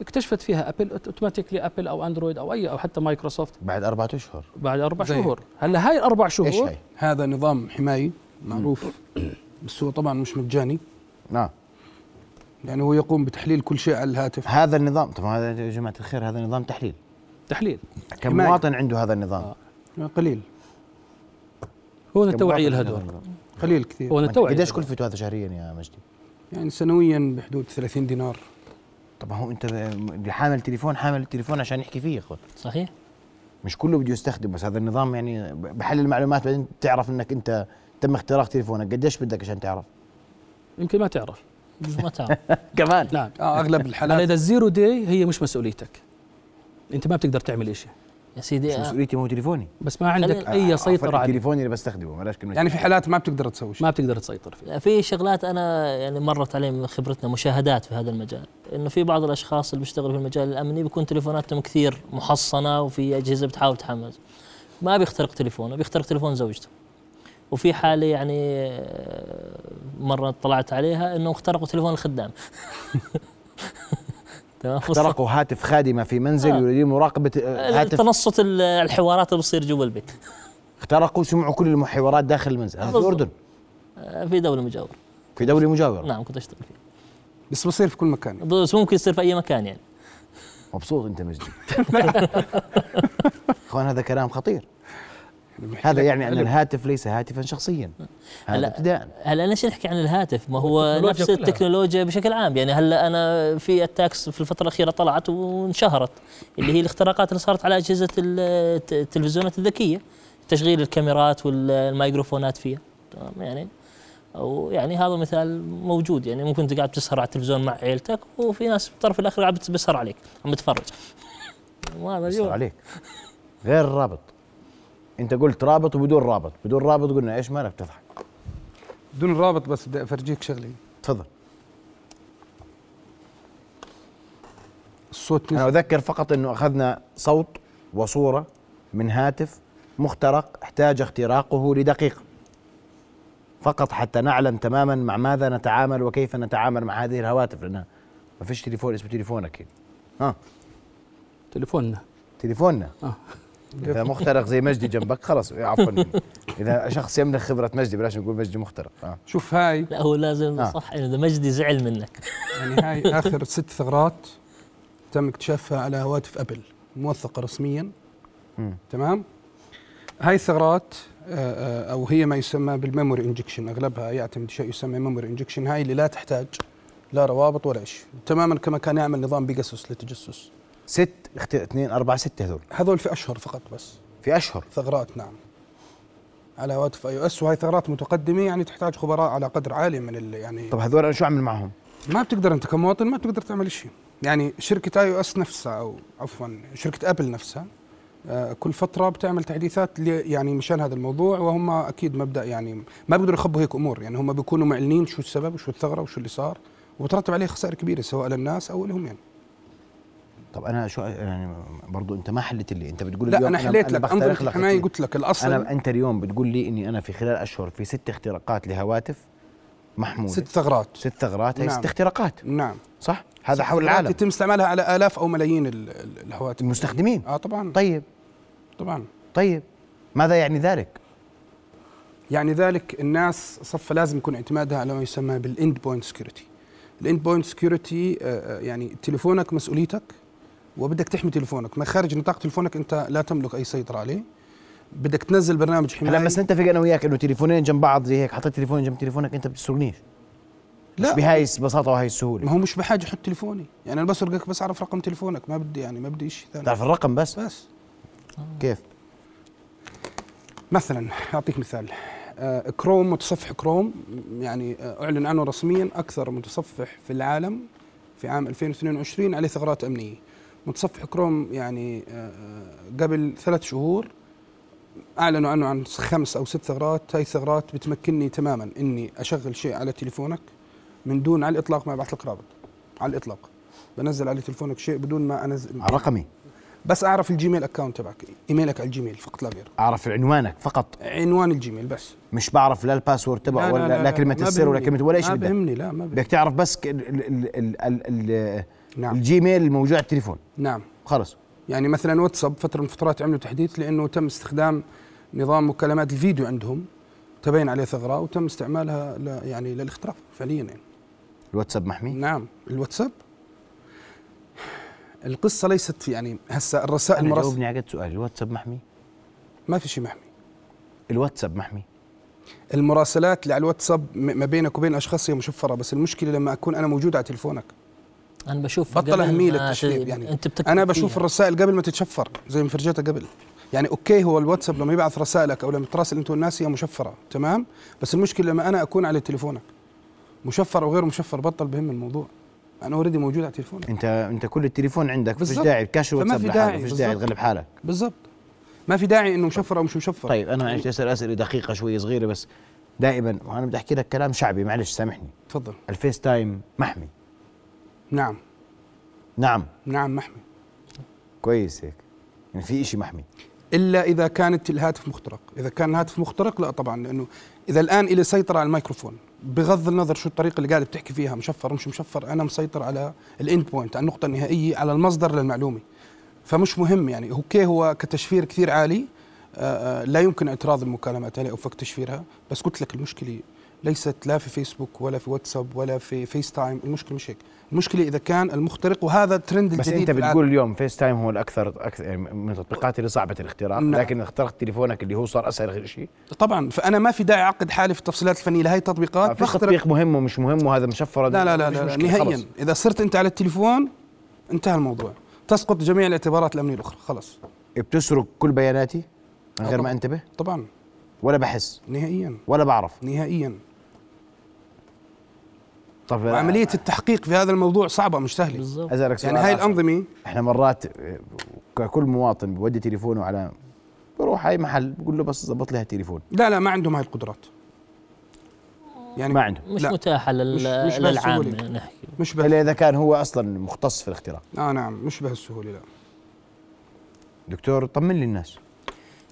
S2: اكتشفت فيها ابل اوتوماتيكلي ابل او اندرويد او اي او حتى مايكروسوفت
S1: بعد أربعة اشهر
S2: بعد اربع
S3: زي-
S2: شهور هلا هاي الاربع
S1: ايش
S2: شهور
S1: هي
S3: هذا نظام حمايي معروف بس هو طبعا مش مجاني
S1: نعم
S3: يعني هو يقوم بتحليل كل شيء على الهاتف
S1: هذا النظام طب هذا يا جماعه الخير هذا نظام تحليل
S2: تحليل
S1: كم
S3: حماية.
S1: مواطن عنده هذا النظام
S3: قليل
S2: هون
S1: كم مواطن
S2: التوعيه لها
S1: عنده
S2: دور
S1: هذا النظام؟
S3: قليل كثير
S2: هون التوعيه
S1: قديش
S2: لها دور.
S1: كلفته هذا شهريا يا مجدي
S3: يعني سنويا بحدود 30 دينار
S1: طب هو انت اللي حامل تليفون حامل التليفون عشان يحكي فيه يا اخوان
S4: صحيح
S1: مش كله بده يستخدم بس هذا النظام يعني بحل المعلومات بعدين تعرف انك انت تم اختراق تليفونك قديش بدك عشان تعرف
S2: يمكن ما تعرف
S4: جزء ما تعرف
S1: كمان
S2: نعم
S3: اه اغلب
S2: هلا
S3: الحالات
S2: اذا الزيرو دي هي مش مسؤوليتك انت ما بتقدر تعمل شيء
S4: يا سيدي
S1: بس
S4: آه،
S1: مسؤوليتي مو تليفوني
S2: بس ما عندك
S4: خلينا-
S2: اي
S1: عفواً،
S2: سيطره عليه
S1: تليفوني اللي بستخدمه بلاش كلمه
S3: يعني في حالات ما بتقدر تسوي شيء
S2: ما بتقدر تسيطر فيه
S4: في شغلات انا يعني مرت علي من خبرتنا مشاهدات في هذا المجال انه في بعض الاشخاص اللي بيشتغلوا في المجال الامني بيكون تليفوناتهم كثير محصنه وفي اجهزه بتحاول تحمز ما بيخترق تليفونه بيخترق تليفون زوجته وفي حاله يعني آه، مره طلعت عليها انه اخترقوا تليفون الخدام تمام
S1: سرقوا هاتف خادمه في منزل
S4: آه.
S1: يريدون مراقبه آه، هاتف
S4: تنصت ال- الحوارات اللي بتصير جوا البيت
S1: اخترقوا سمعوا كل المحورات داخل المنزل هذا في
S4: بالضبط.
S1: الاردن
S4: آه، في دوله مجاوره
S1: في دوله مجاوره
S4: نعم كنت اشتغل فيها
S3: بس بصير في كل مكان
S4: بس ممكن يصير في اي مكان يعني
S1: مبسوط انت مجدي اخوان هذا كلام خطير هذا يعني ان الهاتف ليس هاتفا شخصيا هذا
S4: هلا-
S1: ابتداء
S4: هلا ليش نحكي عن الهاتف ما هو
S2: التكنولوجيا
S4: نفس
S2: كلها.
S4: التكنولوجيا بشكل عام يعني هلا انا في اتاكس في الفتره الاخيره طلعت وانشهرت اللي هي الاختراقات اللي صارت على اجهزه ال- الت- التلفزيونات الذكيه تشغيل الكاميرات والميكروفونات فيها تمام يعني او يعني هذا مثال موجود يعني ممكن انت قاعد بتسهر على التلفزيون مع عيلتك وفي ناس بالطرف الاخر قاعد بت- بتسهر عليك عم بتفرج وهذا
S1: يسر
S4: اليوم.
S1: عليك غير رابط انت قلت رابط وبدون رابط بدون رابط قلنا ايش مالك بتضحك
S3: بدون رابط بس بدي افرجيك شغله
S1: تفضل
S3: الصوت
S1: انا
S3: نزل
S1: اذكر فقط انه اخذنا صوت وصوره من هاتف مخترق احتاج اختراقه لدقيقه فقط حتى نعلم تماما مع ماذا نتعامل وكيف نتعامل مع هذه الهواتف لانها ما فيش تليفون اسمه تليفون اكيد ها
S2: تليفوننا
S1: تليفوننا
S2: آه.
S1: اذا مخترق زي مجدي جنبك خلص عفوا مني. اذا شخص يملك خبره مجدي بلاش نقول مجدي مخترق آه.
S3: شوف هاي
S4: لا هو لازم
S1: آه.
S4: صح اذا مجدي زعل منك
S3: يعني هاي اخر ست ثغرات تم اكتشافها على هواتف ابل موثقه رسميا
S1: مم.
S3: تمام هاي الثغرات آه، آه، او هي ما يسمى بالميموري انجكشن اغلبها يعتمد شيء يسمى ميموري انجكشن هاي اللي لا تحتاج لا روابط ولا شيء تماما كما كان يعمل نظام بيجاسوس للتجسس
S1: ست اخت... اثنين اربعه سته هذول
S3: هذول في اشهر فقط بس
S1: في اشهر
S3: ثغرات نعم على هواتف اي او اس وهي ثغرات متقدمه يعني تحتاج خبراء على قدر عالي من ال- يعني
S1: طب هذول انا شو اعمل معهم؟
S3: ما بتقدر انت كمواطن ما بتقدر تعمل شيء يعني شركه اي او اس نفسها او عفوا شركه ابل نفسها آه، كل فتره بتعمل تحديثات ل- يعني مشان هذا الموضوع وهم اكيد مبدا يعني ما بيقدروا يخبوا هيك امور يعني هم بيكونوا معلنين شو السبب وشو الثغره وشو اللي صار وبترتب عليه خسائر كبيره سواء للناس او لهم يعني
S1: طب انا شو يعني برضو انت ما حلت لي انت بتقول
S3: لا
S1: اليوم
S3: انا حليت لك
S1: بخترق
S3: انظمه الحمايه
S1: كتير.
S3: قلت لك الاصل
S1: انا انت اليوم بتقول لي اني انا في خلال اشهر في ست اختراقات لهواتف محموله ست,
S3: ست ثغرات
S1: ست ثغرات هي
S3: نعم.
S1: ست اختراقات
S3: نعم
S1: صح؟ هذا
S3: ست
S1: حول
S3: ثغرات
S1: العالم
S3: يتم استعمالها على الاف او ملايين ال- ال- الهواتف آه،
S1: طيب. المستخدمين
S3: اه طبعا
S1: طيب
S3: طبعا
S1: طيب ماذا يعني ذلك؟
S3: يعني ذلك الناس صف لازم يكون اعتمادها على ما يسمى بالاند بوينت سكيورتي الاند بوينت سكيورتي يعني تليفونك مسؤوليتك وبدك تحمي تليفونك ما خارج نطاق تليفونك انت لا تملك اي سيطره عليه بدك تنزل برنامج
S1: هلا
S3: حمايه
S1: بس نتفق انا وياك انه تليفونين جنب بعض زي هيك حطيت تليفون جنب تليفونك انت بتسرقنيش
S3: لا.
S1: لا بهاي البساطه وهاي السهوله
S3: ما هو مش بحاجه احط تليفوني يعني انا بسرقك بس اعرف رقم تليفونك ما بدي يعني ما بدي شيء ثاني
S1: تعرف الرقم بس
S3: بس
S1: كيف؟
S3: مثلا اعطيك مثال آه، كروم متصفح كروم يعني آه، اعلن عنه رسميا اكثر متصفح في العالم في عام 2022 عليه ثغرات امنيه متصفح كروم يعني آه، آه، قبل ثلاث شهور اعلنوا عنه عن خمس او ست ثغرات هاي الثغرات بتمكنني تماما اني اشغل شيء على تليفونك من دون على الاطلاق ما ابعث لك رابط على الاطلاق بنزل على تليفونك شيء بدون ما انزل
S1: على رقمي
S3: بس اعرف الجيميل اكاونت تبعك ايميلك على الجيميل فقط لا غير
S1: اعرف عنوانك فقط
S3: عنوان الجيميل بس
S1: مش بعرف لا الباسورد تبعه
S3: لا
S1: ولا لا, كلمه
S3: ما
S1: السر ولا
S3: بهمني.
S1: كلمه ولا شيء
S3: ما
S1: بدك
S3: بهمني لا ما بهمني
S1: بدك تعرف بس ك- ال ال ال ال ال
S3: نعم
S1: الجيميل الموجود على التليفون
S3: نعم
S1: خلص
S3: يعني مثلا واتساب فتره من الفترات عملوا تحديث لانه تم استخدام نظام مكالمات الفيديو عندهم تبين عليه ثغره وتم استعمالها ل يعني للاختراق فعليا يعني.
S1: الواتساب محمي
S3: نعم الواتساب القصه ليست في يعني هسه الرسائل
S1: أنا
S3: المرسله
S1: جاوبني على قد سؤال الواتساب محمي
S3: ما في شيء محمي
S1: الواتساب محمي
S3: المراسلات اللي على الواتساب م- ما بينك وبين اشخاص هي مشفره بس المشكله لما اكون انا موجود على تليفونك
S4: انا بشوف
S3: بطل
S4: قبل
S3: اهميه
S4: ما
S3: للتشفير
S4: ت-
S3: يعني
S4: انت بتكتب
S3: انا بشوف
S4: فيها.
S3: الرسائل قبل ما تتشفر زي ما فرجيتها قبل يعني اوكي هو الواتساب لما يبعث رسائلك او لما تراسل انت والناس هي مشفره تمام بس المشكله لما انا اكون على تليفونك مشفر او غير مشفر بطل بهم الموضوع انا اوريدي موجود على تليفونك
S1: انت انت كل التليفون عندك فيش
S3: بالضبط.
S1: داعي كاش
S3: فما
S1: الواتساب
S3: في
S1: لحاله
S3: داعي،
S1: فيش داعي
S3: بالضبط.
S1: تغلب حالك
S3: بالضبط ما في داعي انه مشفر او مش مشفر
S1: طيب انا عشت اسال اسئله دقيقه شوي صغيره بس دائما وانا بدي احكي لك كلام شعبي معلش سامحني
S3: تفضل
S1: الفيس تايم محمي
S3: نعم
S1: نعم
S3: نعم محمي
S1: كويس هيك يعني في إشي محمي
S3: الا اذا كانت الهاتف مخترق اذا كان الهاتف مخترق لا طبعا لانه اذا الان إلي سيطره على الميكروفون بغض النظر شو الطريقه اللي قاعد بتحكي فيها مشفر مش مشفر انا مسيطر على الاند بوينت على النقطه النهائيه على المصدر للمعلومه فمش مهم يعني هو كي هو كتشفير كثير عالي آه، آه، لا يمكن اعتراض المكالمات عليه او فك تشفيرها بس قلت لك المشكله ليست لا في فيسبوك ولا في واتساب ولا في فيس تايم المشكله مش هيك المشكله اذا كان المخترق وهذا الترند
S1: بس
S3: الجديد
S1: انت
S3: في العالم.
S1: بتقول اليوم فيس تايم هو الاكثر اكثر يعني من التطبيقات اللي صعبه الاختراق
S3: نعم.
S1: لكن اخترقت تليفونك اللي هو صار اسهل شيء
S3: طبعا فانا ما في داعي اعقد حالي في التفصيلات الفنيه لهي التطبيقات
S1: فيش
S3: بخترق-
S1: آه، تطبيق مهم ومش مهم وهذا مشفر
S3: آه، لا لا لا,
S1: مفيش
S3: لا, لا
S1: مشكلة،
S3: نهائيا
S1: خلص.
S3: اذا صرت انت على التليفون انتهى الموضوع تسقط جميع الاعتبارات الامنيه الاخرى خلاص
S1: بتسرق كل بياناتي من
S3: آه
S1: غير ما
S3: طبعاً.
S1: انتبه
S3: طبعا
S1: ولا بحس
S3: نهائيا
S1: ولا بعرف
S3: نهائيا
S1: طب
S3: وعمليه التحقيق في هذا الموضوع صعبه مش سهله
S4: بالضبط
S1: اسالك سؤال
S3: يعني هاي
S1: آخر.
S3: الانظمه
S1: احنا مرات آه، ككل مواطن بودي تليفونه على بروح اي محل بقول له بس ظبط لي هالتليفون
S3: لا لا ما عندهم هاي القدرات يعني
S1: ما عنده
S4: مش
S3: لا.
S4: متاحه لل...
S3: مش- مش
S4: للعام
S3: بهالسهولة.
S4: نحكي
S3: مش به
S1: الا اذا كان هو اصلا مختص في الاختراق
S3: اه نعم مش بهالسهوله لا
S1: دكتور طمن لي الناس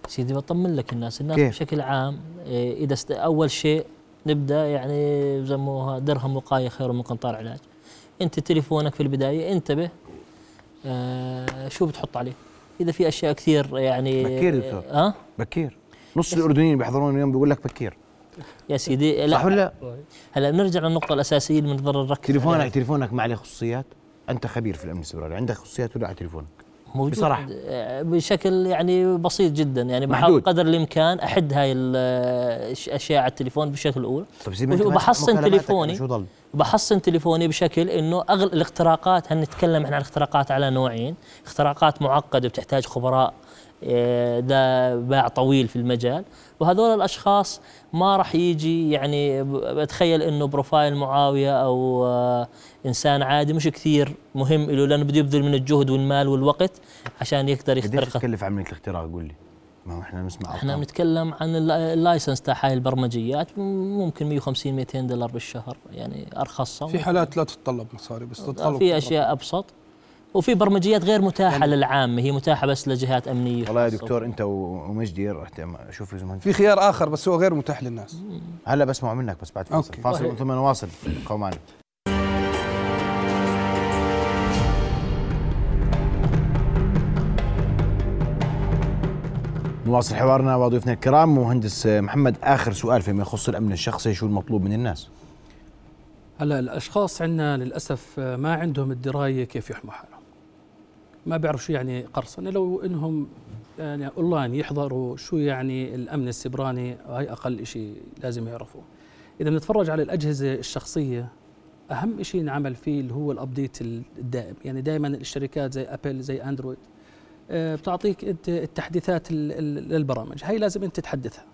S4: سيدي بطمن لك الناس الناس
S1: كيف؟
S4: بشكل عام إيه، اذا است... اول شيء نبدا يعني بسموها درهم وقايه خير من قنطار علاج انت تليفونك في البدايه انتبه آه شو بتحط عليه اذا في اشياء كثير يعني
S1: بكير دكتور.
S4: ها
S1: بكير نص الاردنيين بيحضرون اليوم بيقول لك بكير
S4: يا سيدي
S1: صح ولا
S4: لا
S1: لا؟
S4: هلا نرجع للنقطه الاساسيه اللي بنضل نركز عليها.
S1: تليفونك تليفونك ما عليه خصوصيات انت خبير في الامن السيبراني عندك خصوصيات ولا على تليفونك
S4: موجود
S1: بصراحة.
S4: آه، بشكل يعني بسيط جدا يعني بحاول
S1: محدود.
S4: قدر الامكان احد هاي الاشياء على التليفون بشكل الاول
S1: طب زي طيب ما أنت
S4: وشو-
S1: ما
S4: وبحصن
S1: تسمع مكالماتك،
S4: تليفوني.
S1: أنا شو ضل
S4: بحصن تليفوني بشكل انه اغل الاختراقات هنتكلم احنا عن اختراقات على نوعين اختراقات معقده بتحتاج خبراء آه، ده باع طويل في المجال وهذول الاشخاص ما راح يجي يعني ب- بتخيل انه بروفايل معاويه او آه، انسان عادي مش كثير مهم له لانه بده يبذل من الجهد والمال والوقت عشان يقدر
S1: قديش
S4: يخترق
S1: تكلف عمليه الاختراق قول لي ما هو احنا نسمع
S4: احنا
S1: أرقام.
S4: بنتكلم عن ال- اللايسنس تاع هاي البرمجيات ممكن 150 200 دولار بالشهر يعني ارخصها
S3: في حالات لا تتطلب مصاري بس
S1: آه،
S3: تتطلب
S4: آه، في اشياء ابسط وفي برمجيات غير متاحه
S3: يعني-
S4: للعامه هي متاحه بس لجهات امنيه
S1: والله يا
S4: خاصة.
S1: دكتور انت و- ومجدي رحت أم- اشوف إذا ما-
S3: في خيار اخر بس هو غير متاح للناس
S1: هلا بسمع منك بس بعد فاصل
S3: أوكي.
S1: فاصل
S4: طيب.
S1: ثم نواصل قومان نواصل حوارنا وضيوفنا الكرام مهندس محمد اخر سؤال فيما يخص الامن الشخصي شو المطلوب من الناس؟
S2: هلا الاشخاص عندنا للاسف ما عندهم الدرايه كيف يحموا حالهم ما بيعرفوا شو يعني قرصنه لو انهم يعني اونلاين يحضروا شو يعني الامن السبراني هاي اقل شيء لازم يعرفوه اذا بنتفرج على الاجهزه الشخصيه اهم شيء نعمل فيه اللي هو الابديت الدائم يعني دائما الشركات زي ابل زي اندرويد آه، بتعطيك انت التحديثات ال- ال- للبرامج هاي لازم انت تحدثها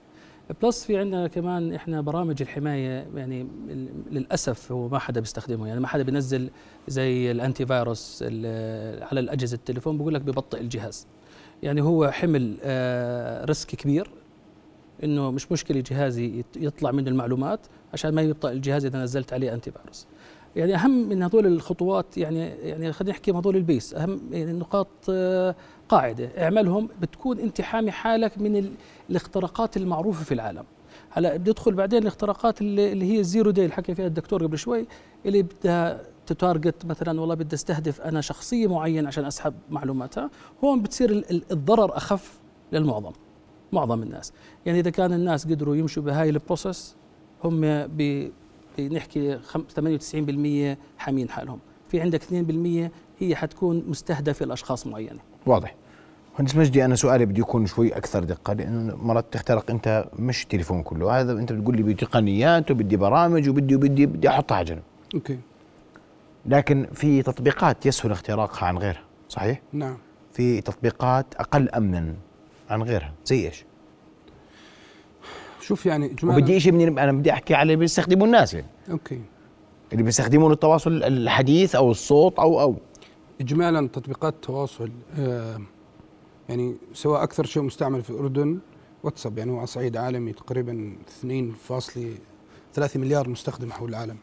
S2: بلس في عندنا كمان احنا برامج الحمايه يعني ال- للاسف هو ما حدا بيستخدمه يعني ما حدا بينزل زي الانتي فايروس ال- على الاجهزه التليفون بقول لك ببطئ الجهاز يعني هو حمل آه، ريسك كبير انه مش مشكله جهازي يت- يطلع منه المعلومات عشان ما يبطئ الجهاز اذا نزلت عليه انتي فايروس يعني اهم من هذول الخطوات يعني يعني خلينا نحكي موضوع البيس اهم يعني النقاط آه، قاعده اعملهم بتكون انت حامي حالك من ال- الاختراقات المعروفه في العالم هلا بندخل بعدين الاختراقات اللي اللي هي الزيرو داي اللي حكى فيها الدكتور قبل شوي اللي بدها تتارجت مثلا والله بدي استهدف انا شخصيه معينه عشان اسحب معلوماتها هون بتصير ال- ال- الضرر اخف للمعظم معظم الناس يعني اذا كان الناس قدروا يمشوا بهاي البروسس هم ب- بنحكي إيه، خم- 98% حامين حالهم في عندك 2% هي حتكون مستهدفه لاشخاص معينه
S1: واضح مهندس مجدي انا سؤالي بده يكون شوي اكثر دقه لانه مرات تخترق انت مش تليفون كله هذا انت بتقول لي بدي تقنيات وبدي برامج وبدي وبدي بدي احطها على جنب
S3: اوكي
S1: لكن في تطبيقات يسهل اختراقها عن غيرها صحيح
S3: نعم
S1: في تطبيقات اقل امنا عن غيرها زي ايش
S3: شوف يعني اجمالا
S1: وبدي شيء من انا بدي احكي على اللي بيستخدموه الناس يعني
S3: اوكي
S1: اللي بيستخدموه للتواصل الحديث او الصوت او او
S3: اجمالا تطبيقات التواصل آه، يعني سواء اكثر شيء مستعمل في الاردن واتساب يعني هو على صعيد عالمي تقريبا 2.3 مليار مستخدم حول العالم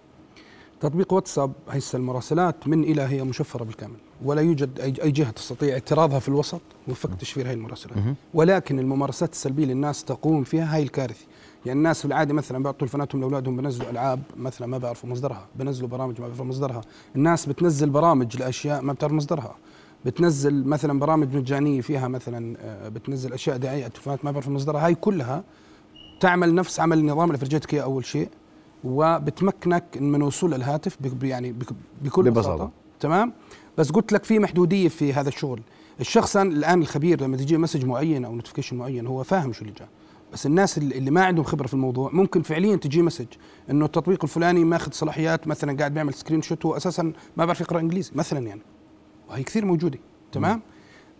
S3: تطبيق واتساب هيس المراسلات من الى هي مشفره بالكامل ولا يوجد اي أي جهه تستطيع اعتراضها في الوسط وفق تشفير هذه المراسلات
S1: مهم.
S3: ولكن الممارسات السلبيه للناس تقوم فيها هاي الكارثه يعني الناس في العاده مثلا بيعطوا الفناتهم لاولادهم بنزلوا العاب مثلا ما بيعرفوا مصدرها بنزلوا برامج ما بيعرفوا مصدرها الناس بتنزل برامج لاشياء ما بتعرف مصدرها بتنزل مثلا برامج مجانيه فيها مثلا آه، بتنزل اشياء دعايه تلفونات ما بيعرفوا مصدرها هاي كلها تعمل نفس عمل النظام اللي فرجيتك اياه اول شيء وبتمكنك من وصول الهاتف بك- ب- يعني بك- بكل
S1: ببساطة.
S3: بساطه تمام بس قلت لك في محدوديه في هذا الشغل الشخص أنا الان الخبير لما تجي مسج معين او نوتيفيكيشن معين هو فاهم شو اللي جاء بس الناس اللي اللي ما عندهم خبره في الموضوع ممكن فعليا تجي مسج انه التطبيق الفلاني ماخذ صلاحيات مثلا قاعد بيعمل سكرين شوت هو اساسا ما بيعرف يقرا انجليزي مثلا يعني وهي كثير موجوده تمام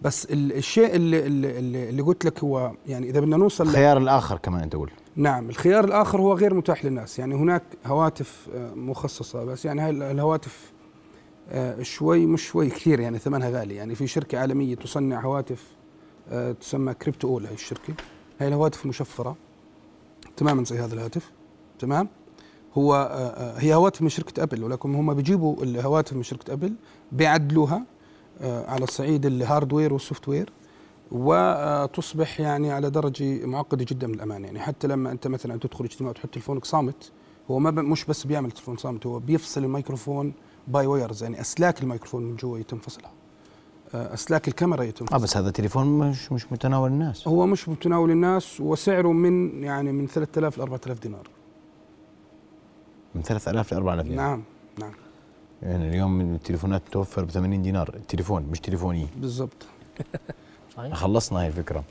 S3: بس ال- الشيء اللي, اللي- اللي, اللي قلت لك هو يعني اذا بدنا نوصل ل-
S1: الخيار الاخر كمان انت قلت
S3: نعم الخيار الآخر هو غير متاح للناس يعني هناك هواتف آه، مخصصة بس يعني هاي الهواتف آه، شوي مش شوي كثير يعني ثمنها غالي يعني في شركة عالمية تصنع هواتف آه، تسمى كريبتو أول هاي الشركة هاي الهواتف مشفرة تماما زي هذا الهاتف تمام هو آه، آه، هي هواتف من شركة أبل ولكن هم بيجيبوا الهواتف من شركة أبل بيعدلوها آه، على صعيد الهاردوير والسوفت وير وتصبح يعني على درجه معقده جدا من الامان يعني حتى لما انت مثلا تدخل اجتماع وتحط تلفونك صامت هو ما ب- مش بس بيعمل تلفون صامت هو بيفصل الميكروفون باي ويرز يعني اسلاك الميكروفون من جوا يتم فصلها آه، اسلاك الكاميرا يتم
S1: اه
S3: فصلها
S1: بس هذا تليفون مش مش متناول الناس
S3: هو مش بتناول الناس وسعره من يعني من 3000 ل 4000 دينار
S1: من 3000 ل 4000 دينار
S3: نعم نعم
S1: يعني اليوم التليفونات توفر ب 80 دينار التليفون مش تليفوني
S3: بالضبط
S4: صحيح
S1: خلصنا هاي الفكرة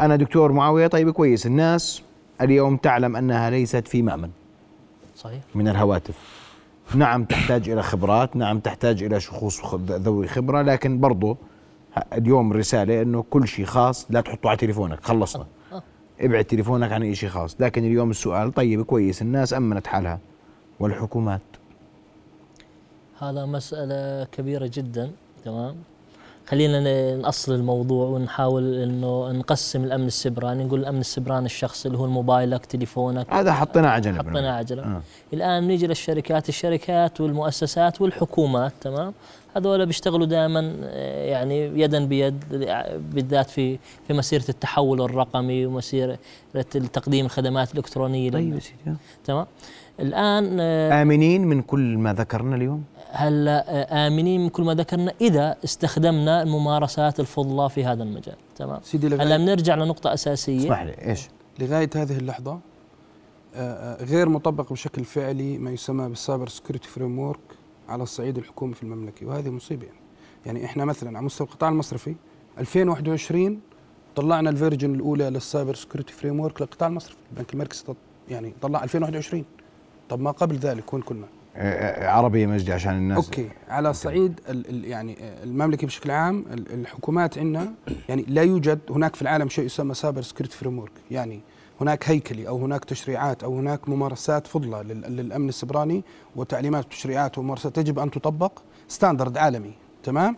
S1: أنا دكتور معاوية طيب كويس الناس اليوم تعلم أنها ليست في مأمن
S4: صحيح
S1: من الهواتف نعم تحتاج إلى خبرات نعم تحتاج إلى شخوص خ- ذوي خبرة لكن برضو ه- اليوم رسالة أنه كل شيء خاص لا تحطه على تليفونك خلصنا ابعد تليفونك عن أي شيء خاص لكن اليوم السؤال طيب كويس الناس أمنت حالها والحكومات
S4: هذا مسألة كبيرة جدا تمام خلينا ن- نأصل الموضوع ونحاول انه نقسم الامن السبراني نقول الامن السبراني الشخصي اللي هو موبايلك تليفونك
S1: هذا حطيناه على جنب
S4: حطينا عجلة
S1: آه.
S4: الان نيجي للشركات الشركات والمؤسسات والحكومات تمام هذول بيشتغلوا دائما آه، يعني يدا بيد آه، بالذات في في مسيره التحول الرقمي ومسيره تقديم الخدمات الالكترونيه للناس.
S1: طيب يا سيدي
S4: تمام الان آه،
S1: آمنين من كل ما ذكرنا اليوم
S4: هل آه، آمنين كل ما ذكرنا إذا استخدمنا الممارسات الفضلى في هذا المجال تمام
S3: سيدي
S4: هلا
S3: لغايه,
S4: بنرجع لنقطة أساسية
S1: اسمح لي ايش
S3: لغاية هذه اللحظه آه، آه، غير مطبق بشكل فعلي ما يسمى بالسايبر سكيورتي فريم ورك على الصعيد الحكومي في المملكه وهذه مصيبه يعني يعني احنا مثلا على مستوى القطاع المصرفي 2021 طلعنا الفيرجن الاولى للسايبر سكيورتي فريم ورك للقطاع المصرفي البنك المركزي طل- يعني طلع 2021 طب ما قبل ذلك وين كنا؟
S1: آه، آه، عربي مجدي عشان الناس
S3: اوكي على صعيد ال ال يعني المملكه بشكل عام ال- الحكومات عندنا يعني لا يوجد هناك في العالم شيء يسمى سايبر سكيورتي فريم ورك يعني هناك هيكلي او هناك تشريعات او هناك ممارسات فضلى لل- للامن السبراني وتعليمات وتشريعات وممارسات يجب ان تطبق ستاندرد عالمي تمام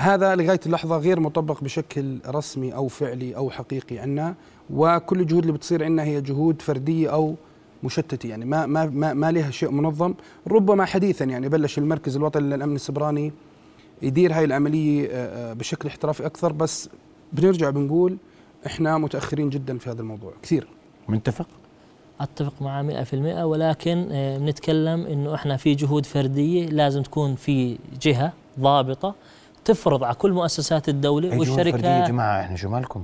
S3: هذا لغايه اللحظه غير مطبق بشكل رسمي او فعلي او حقيقي عندنا وكل الجهود اللي بتصير عندنا هي جهود فرديه او مشتته يعني ما ما ما, ما لها شيء منظم ربما حديثا يعني بلش المركز الوطني للامن السبراني يدير هاي العمليه آه، آه، بشكل احترافي اكثر بس بنرجع بنقول احنا متاخرين جدا في هذا الموضوع كثير
S1: طيب. منتفق
S4: أتفق معه 100% ولكن آه، بنتكلم إنه إحنا في جهود فردية لازم تكون في جهة ضابطة تفرض على كل مؤسسات الدولة
S1: أي جهود أيوة، فردية يا
S4: والشركات
S1: جماعه احنا شو مالكم؟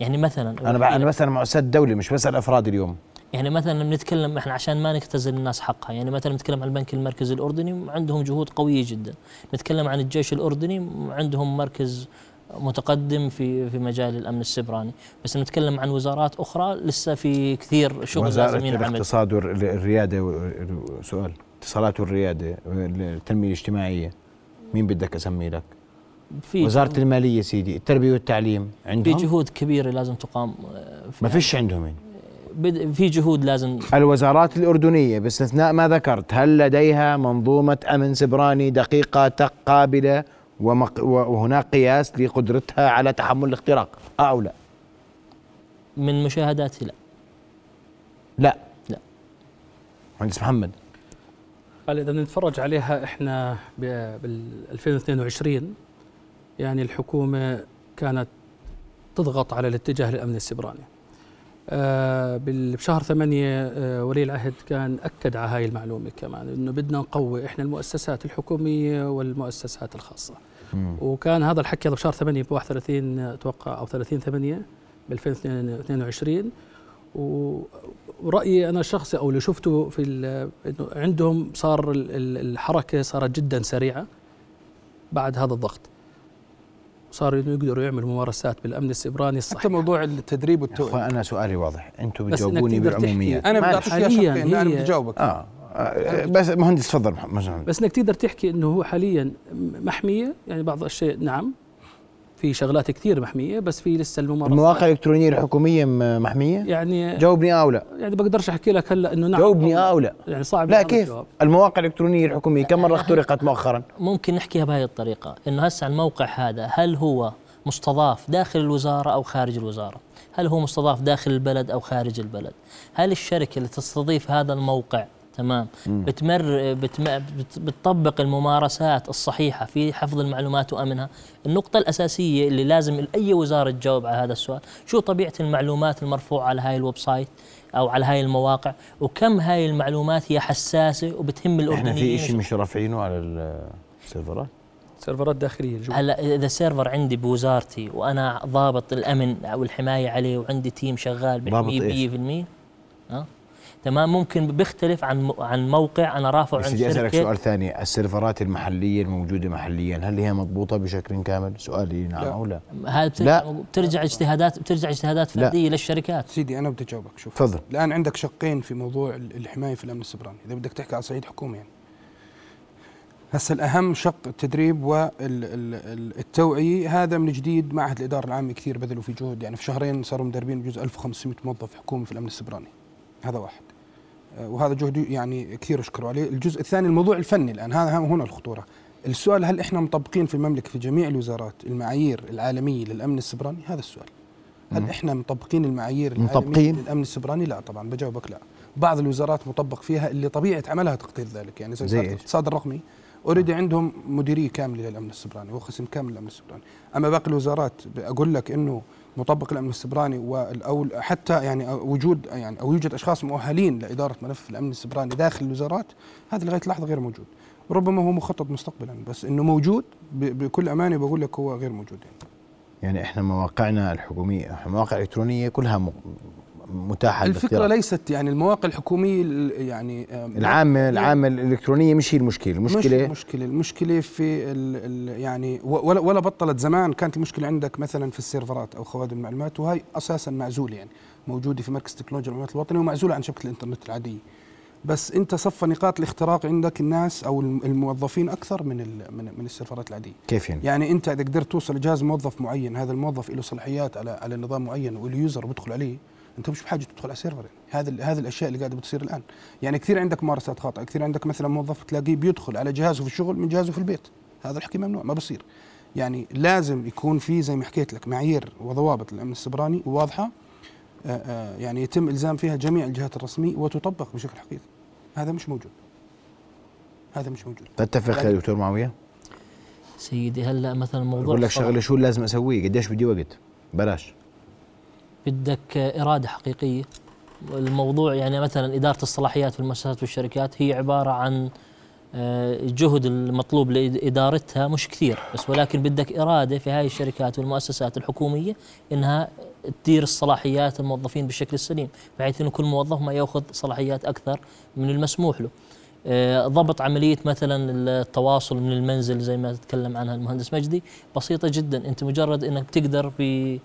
S4: يعني مثلا
S1: انا ب...
S4: يعني-
S1: انا بسال مؤسسات الدوله مش بسال افراد اليوم
S4: يعني مثلا بنتكلم احنا عشان ما نختزل الناس حقها يعني مثلا بنتكلم عن البنك المركزي الاردني عندهم جهود قويه جدا نتكلم عن الجيش الاردني عندهم مركز متقدم في في مجال الامن السبراني بس نتكلم عن وزارات اخرى لسه في كثير شغل
S1: وزاره
S4: لازم ينعمل
S1: الاقتصاد والرياده وال- سؤال اتصالات والرياده التنميه الاجتماعيه مين بدك اسمي لك؟
S4: في
S1: وزاره الماليه سيدي التربيه والتعليم
S4: في
S1: عندهم
S4: جهود كبيره لازم تقام آه،
S1: نعم. ما فيش عندهم هين.
S4: بد- في جهود لازم
S1: الوزارات الأردنية باستثناء ما ذكرت هل لديها منظومة أمن سبراني دقيقة تق- قابلة ومق... وهناك قياس لقدرتها على تحمل الاختراق آه أو لا
S4: من مشاهداتي لا
S1: لا
S4: لا.
S1: مهندس محمد
S2: قال اذا بنتفرج عليها احنا ب- بال 2022 يعني الحكومه كانت تضغط على الاتجاه للامن السبراني. آه، بال- بشهر 8 آه، ولي العهد كان اكد على هاي المعلومه كمان انه بدنا نقوي احنا المؤسسات الحكوميه والمؤسسات الخاصه. وكان هذا الحكي هذا بشهر 8 ب 31 اتوقع او 30 8 ب 2022 و- ورايي انا الشخصي او اللي شفته في ال- انه عندهم صار ال- ال- الحركه صارت جدا سريعه بعد هذا الضغط صاروا إنه يقدروا يعملوا ممارسات بالامن السبراني
S3: حتى
S2: الصحيح
S3: موضوع التدريب
S1: يا أخوان،
S3: والتوعيه
S1: أنا سؤالي واضح أنتم
S2: بس إنك
S1: بتجاوبوني
S2: تقدر تحكي.
S1: بعموميات
S3: انا بدي
S1: معلش.
S3: اعطيك إياها
S2: حالياً
S3: شقين انا
S2: هي-
S3: بدي اجاوبك
S1: آه. آه بس مهندس تفضل مح- محمد
S2: بس انك تقدر تحكي انه هو حاليا محميه يعني بعض الشيء نعم في شغلات كثير محميه بس في لسه الممارسات
S1: المواقع الإلكترونية الحكومية م- محمية
S2: يعني
S1: جاوبني آه أو لا
S2: يعني بقدرش احكي لك هلا انه نعم
S1: جاوبني آه أو لا
S2: يعني صعب
S1: لا
S2: هذا
S1: كيف
S2: الجواب.
S1: المواقع الإلكترونية الحكومية كم مرة اخترقت مؤخرا
S4: ممكن نحكيها بهذه الطريقة إنه هسه الموقع هذا هل هو مستضاف داخل الوزارة أو خارج الوزارة هل هو مستضاف داخل البلد أو خارج البلد هل الشركة اللي تستضيف هذا الموقع تمام بتمر بتم بت- بتطبق الممارسات الصحيحة في حفظ المعلومات وأمنها النقطة الأساسية اللي لازم أي وزارة تجاوب على هذا السؤال شو طبيعة المعلومات المرفوعة على هاي الويب سايت أو على هاي المواقع وكم هاي المعلومات هي حساسة وبتهم الأردنيين
S1: احنا في شيء مش رافعينه على السيرفرات
S2: سيرفرات داخليه الجوال
S4: هلا اذا سيرفر عندي بوزارتي وانا ضابط الامن او الحمايه عليه وعندي تيم شغال
S1: ضابط
S4: بحميه
S1: إيش؟
S4: 100% اه تمام ممكن بيختلف عن م- عن موقع انا رافعه
S1: بس
S4: عن
S1: بدي اسالك
S4: شركه
S1: سؤال ثاني السيرفرات المحليه الموجوده محليا هل هي مضبوطه بشكل كامل سؤالي نعم
S3: لا.
S1: او لا
S4: هاي
S1: لا.
S4: بترجع, بترجع اجتهادات بترجع اجتهادات
S1: لا.
S4: فرديه للشركات
S3: سيدي انا بدي اجاوبك شوف
S1: تفضل
S3: الان عندك شقين في موضوع ال- الحمايه في الامن السبراني اذا بدك تحكي على صعيد حكومي يعني هسه الاهم شق التدريب والتوعيه هذا من جديد معهد الاداره العامه كثير بذلوا فيه جهد يعني في شهرين صاروا مدربين بجوز 1500 موظف حكومي في الامن السبراني هذا واحد آه، وهذا جهد يعني كثير اشكروا عليه الجزء الثاني الموضوع الفني الان هذا هم- هنا الخطوره السؤال هل احنا مطبقين في المملكه في جميع الوزارات المعايير العالميه للامن السبراني هذا السؤال هل احنا مطبقين المعايير العالميه
S1: مطبقين؟
S3: للامن السبراني لا طبعا بجاوبك لا بعض الوزارات مطبق فيها اللي طبيعه عملها تقتضي ذلك يعني زي,
S1: زي
S3: وزاره
S1: إيش؟ آه.
S3: الاقتصاد الرقمي اوريدي عندهم مديريه كامله للامن السبراني وقسم كامل للامن السبراني اما باقي الوزارات اقول لك انه مطبق الامن السبراني وال- او حتى يعني وجود يعني او يوجد اشخاص مؤهلين لاداره ملف الامن السبراني داخل الوزارات هذا لغايه اللحظه غير موجود ربما هو مخطط مستقبلا بس انه موجود ب- بكل امانه بقول لك هو غير موجود يعني.
S1: يعني احنا مواقعنا الحكوميه إحنا مواقع الكترونيه كلها م- متاحه
S3: الفكره
S1: للاختراق.
S3: ليست يعني المواقع الحكوميه ال- يعني آم،
S1: العامه العامه الالكترونيه مش هي المشكله
S3: مش
S1: المشكله
S3: مشكله المشكله في ال ال يعني و- ولا ولا بطلت زمان كانت المشكله عندك مثلا في السيرفرات او خوادم المعلومات وهي اساسا معزوله يعني موجوده في مركز تكنولوجيا المعلومات الوطني ومعزوله عن شبكه الانترنت العاديه بس انت صف نقاط الاختراق عندك الناس او الم- الموظفين اكثر من ال- من من السيرفرات العاديه
S1: كيف يعني
S3: يعني انت اذا قدرت توصل جهاز موظف معين هذا الموظف له صلاحيات على على نظام معين واليوزر بيدخل عليه انت مش بحاجه تدخل على سيرفر يعني. هذا ال- هذا الاشياء اللي قاعده بتصير الان يعني كثير عندك ممارسات خاطئه كثير عندك مثلا موظف تلاقيه بيدخل على جهازه في الشغل من جهازه في البيت هذا الحكي ممنوع ما بصير يعني لازم يكون في زي ما حكيت لك معايير وضوابط للامن السبراني واضحه آه، آه، يعني يتم الزام فيها جميع الجهات الرسميه وتطبق بشكل حقيقي هذا مش موجود هذا مش موجود
S1: تتفق
S3: يعني
S1: يا دكتور معاويه
S4: سيدي هلا مثلا موضوع
S1: بقول لك
S4: الثورة.
S1: شغله شو لازم اسويه قديش بدي وقت بلاش
S4: بدك إرادة حقيقية الموضوع يعني مثلا إدارة الصلاحيات في المؤسسات والشركات هي عبارة عن آه، الجهد المطلوب لإدارتها مش كثير بس ولكن بدك إرادة في هاي الشركات والمؤسسات الحكومية إنها تدير الصلاحيات الموظفين بالشكل السليم بحيث إنه كل موظف ما يأخذ صلاحيات أكثر من المسموح له آه، ضبط عملية مثلا التواصل من المنزل زي ما تتكلم عنها المهندس مجدي بسيطة جدا أنت مجرد أنك تقدر ب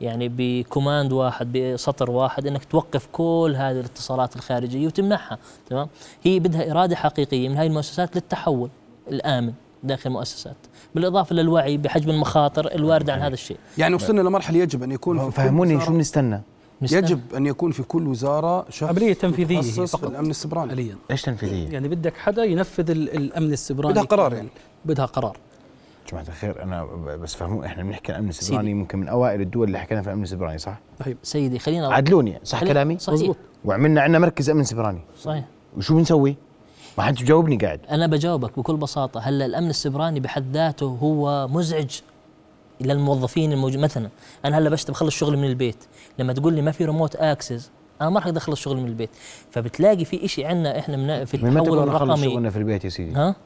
S4: يعني بكوماند واحد بسطر واحد انك توقف كل هذه الاتصالات الخارجيه وتمنعها تمام هي بدها اراده حقيقيه من هاي المؤسسات للتحول الامن داخل المؤسسات بالاضافه للوعي بحجم المخاطر الوارده عن هذا الشيء
S3: يعني وصلنا لمرحله يجب ان يكون في كل
S1: فهموني
S3: وزارة-
S1: شو بنستنى
S4: نستنى.
S3: يجب ان يكون في كل وزاره شخص
S2: عمليه تنفيذيه هي
S3: متخصص في
S2: فقط
S3: الامن السبراني
S2: حاليا
S1: ايش تنفيذيه
S2: يعني بدك حدا ينفذ ال- الامن السبراني
S3: بدها قرار يعني.
S2: بدها قرار
S1: جماعه الخير انا ب- بس فهموا احنا بنحكي عن الامن السبراني
S4: سيدي.
S1: ممكن من اوائل الدول اللي حكينا في الامن السبراني صح
S2: طيب
S4: سيدي خلينا
S1: عدلوني صح
S4: خلينا-
S1: كلامي
S4: صحيح
S2: مظبوط.
S1: وعملنا عندنا مركز امن سبراني
S4: صحيح
S1: وشو بنسوي ما حد جاوبني قاعد
S4: انا بجاوبك بكل بساطه هلا الامن السبراني بحد ذاته هو مزعج للموظفين الموجود مثلا انا هلا بشتغل بخلص شغلي من البيت لما تقول لي ما في ريموت اكسس انا ما راح اقدر اخلص شغلي من البيت فبتلاقي في إشي عندنا احنا من في
S1: من متى
S4: التحول
S1: بدنا نخلص
S4: الرقمي
S1: شغلنا في البيت يا سيدي
S4: ها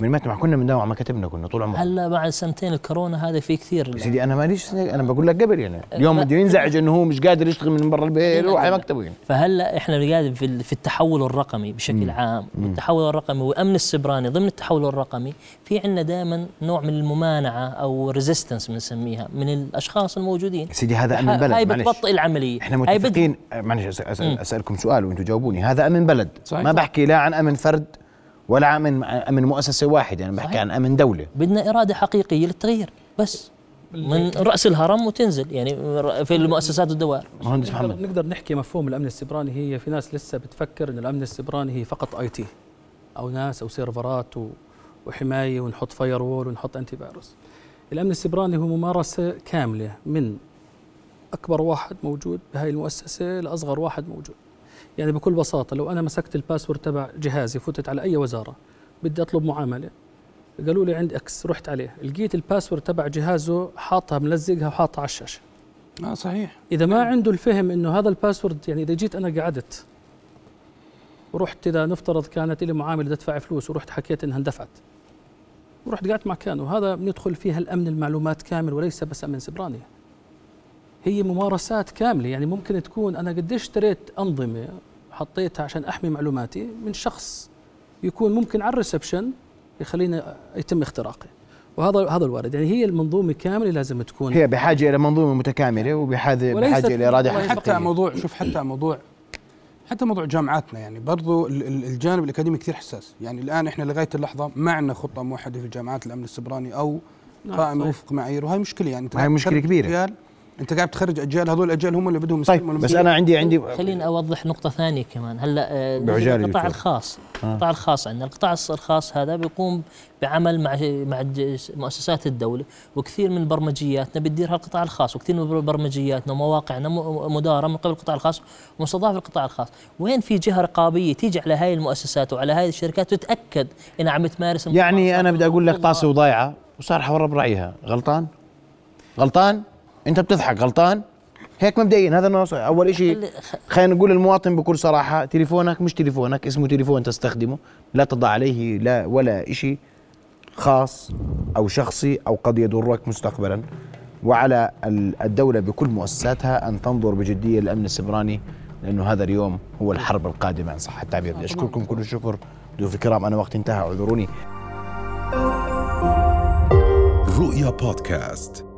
S1: من متى ما كنا بنداوم على مكاتبنا كنا طول عمرنا
S4: هلا بعد سنتين الكورونا هذا في كثير
S1: يا سيدي انا ماليش انا بقول لك قبل يعني اليوم
S4: لا.
S1: بده ينزعج انه هو مش قادر يشتغل من برا البيت
S4: لا،
S1: يروح على
S4: لا.
S1: مكتبه يعني
S4: فهلا احنا قاعد في ال- في التحول الرقمي بشكل عام والتحول الرقمي والامن السبراني ضمن التحول الرقمي في عندنا دائما نوع من الممانعه او ريزيستنس بنسميها من الاشخاص الموجودين
S1: يا سيدي هذا امن
S4: ه- هاي
S1: بلد معلش
S4: بتبطئ العمليه
S1: احنا
S4: هاي بت-
S1: متفقين آه، معلش أس- أس-
S4: مم.
S1: اسالكم سؤال وانتم جاوبوني هذا امن بلد
S3: صحيح.
S1: ما بحكي لا عن امن فرد ولا عن امن امن مؤسسه واحده انا يعني بحكي
S4: صحيح.
S1: عن امن دوله
S4: بدنا اراده حقيقيه للتغيير بس من راس الهرم وتنزل يعني في المؤسسات والدوائر
S1: مهندس محمد
S2: نقدر, نقدر نحكي مفهوم الامن السبراني هي في ناس لسه بتفكر ان الامن السبراني هي فقط اي تي او ناس او سيرفرات و وحمايه ونحط فاير وول ونحط انتي فيروس. الامن السبراني هو ممارسه كامله من اكبر واحد موجود بهاي المؤسسه لاصغر واحد موجود. يعني بكل بساطه لو انا مسكت الباسورد تبع جهازي فتت على اي وزاره بدي اطلب معامله قالوا لي عند اكس رحت عليه لقيت الباسورد تبع جهازه حاطها ملزقها وحاطها على الشاشه.
S3: اه صحيح
S2: اذا ما عنده الفهم انه هذا الباسورد يعني اذا جيت انا قعدت ورحت اذا نفترض كانت لي معامله بدي ادفع فلوس ورحت حكيت انها اندفعت ورحت قعدت مكانه هذا بندخل فيها الامن المعلومات كامل وليس بس امن سبراني هي ممارسات كامله يعني ممكن تكون انا قديش اشتريت انظمه حطيتها عشان احمي معلوماتي من شخص يكون ممكن على الريسبشن يخليني يتم اختراقي وهذا هذا الوارد يعني هي المنظومه كامله لازم تكون
S1: هي بحاجة إلى منظومة متكاملة وبحاجة
S2: وليست-
S1: بحاجة إلى إرادة
S2: والله
S1: حقيقية
S3: حتى موضوع شوف حتى موضوع حتى موضوع جامعاتنا يعني برضو ال- ال- الجانب الاكاديمي كثير حساس يعني الان احنا لغايه اللحظه ما عندنا خطه موحده في الجامعات الامن السبراني او
S2: نعم،
S3: قائمه
S2: صحيح.
S3: وفق معايير وهي مشكله يعني انت
S1: هاي
S3: قاعد
S1: مشكلة
S3: تخرج
S1: كبيرة.
S3: أجيال- انت قاعد تخرج اجيال هذول الاجيال هم اللي بدهم يستلموا
S1: طيب بس
S3: المسؤولية.
S1: أنا عندي عندي
S4: خليني اوضح نقطه ثانيه كمان هلا آه،
S1: بعجالة آه.
S4: القطاع
S1: دكتور.
S4: الخاص القطاع الخاص عندنا القطاع الص- الخاص هذا بيقوم بعمل مع مع الج- مؤسسات الدوله وكثير من برمجياتنا بتديرها القطاع الخاص وكثير من بر- برمجياتنا ومواقعنا م- مداره من قبل القطاع الخاص ومستضافه القطاع الخاص وين في جهه رقابيه تيجي على هاي المؤسسات وعلى هاي الشركات تتاكد انها عم تمارس
S1: يعني أنا بدي أقول لك
S4: المحافظة.
S1: طاسة وضايعة وصار حور برأيها غلطان غلطان أنت بتضحك غلطان هيك مبدئيا هذا الموضوع اول شيء
S4: خلي- خ-
S1: خلينا نقول المواطن بكل صراحه تليفونك مش تليفونك اسمه تليفون تستخدمه لا تضع عليه لا ولا شيء خاص او شخصي او قد يضرك مستقبلا وعلى ال- الدوله بكل مؤسساتها ان تنظر بجديه للامن السبراني لانه هذا اليوم هو الحرب القادمه ان صح التعبير
S4: آه،
S1: بدي اشكركم كل الشكر ضيوف الكرام انا وقتي انتهى اعذروني
S5: رؤيا بودكاست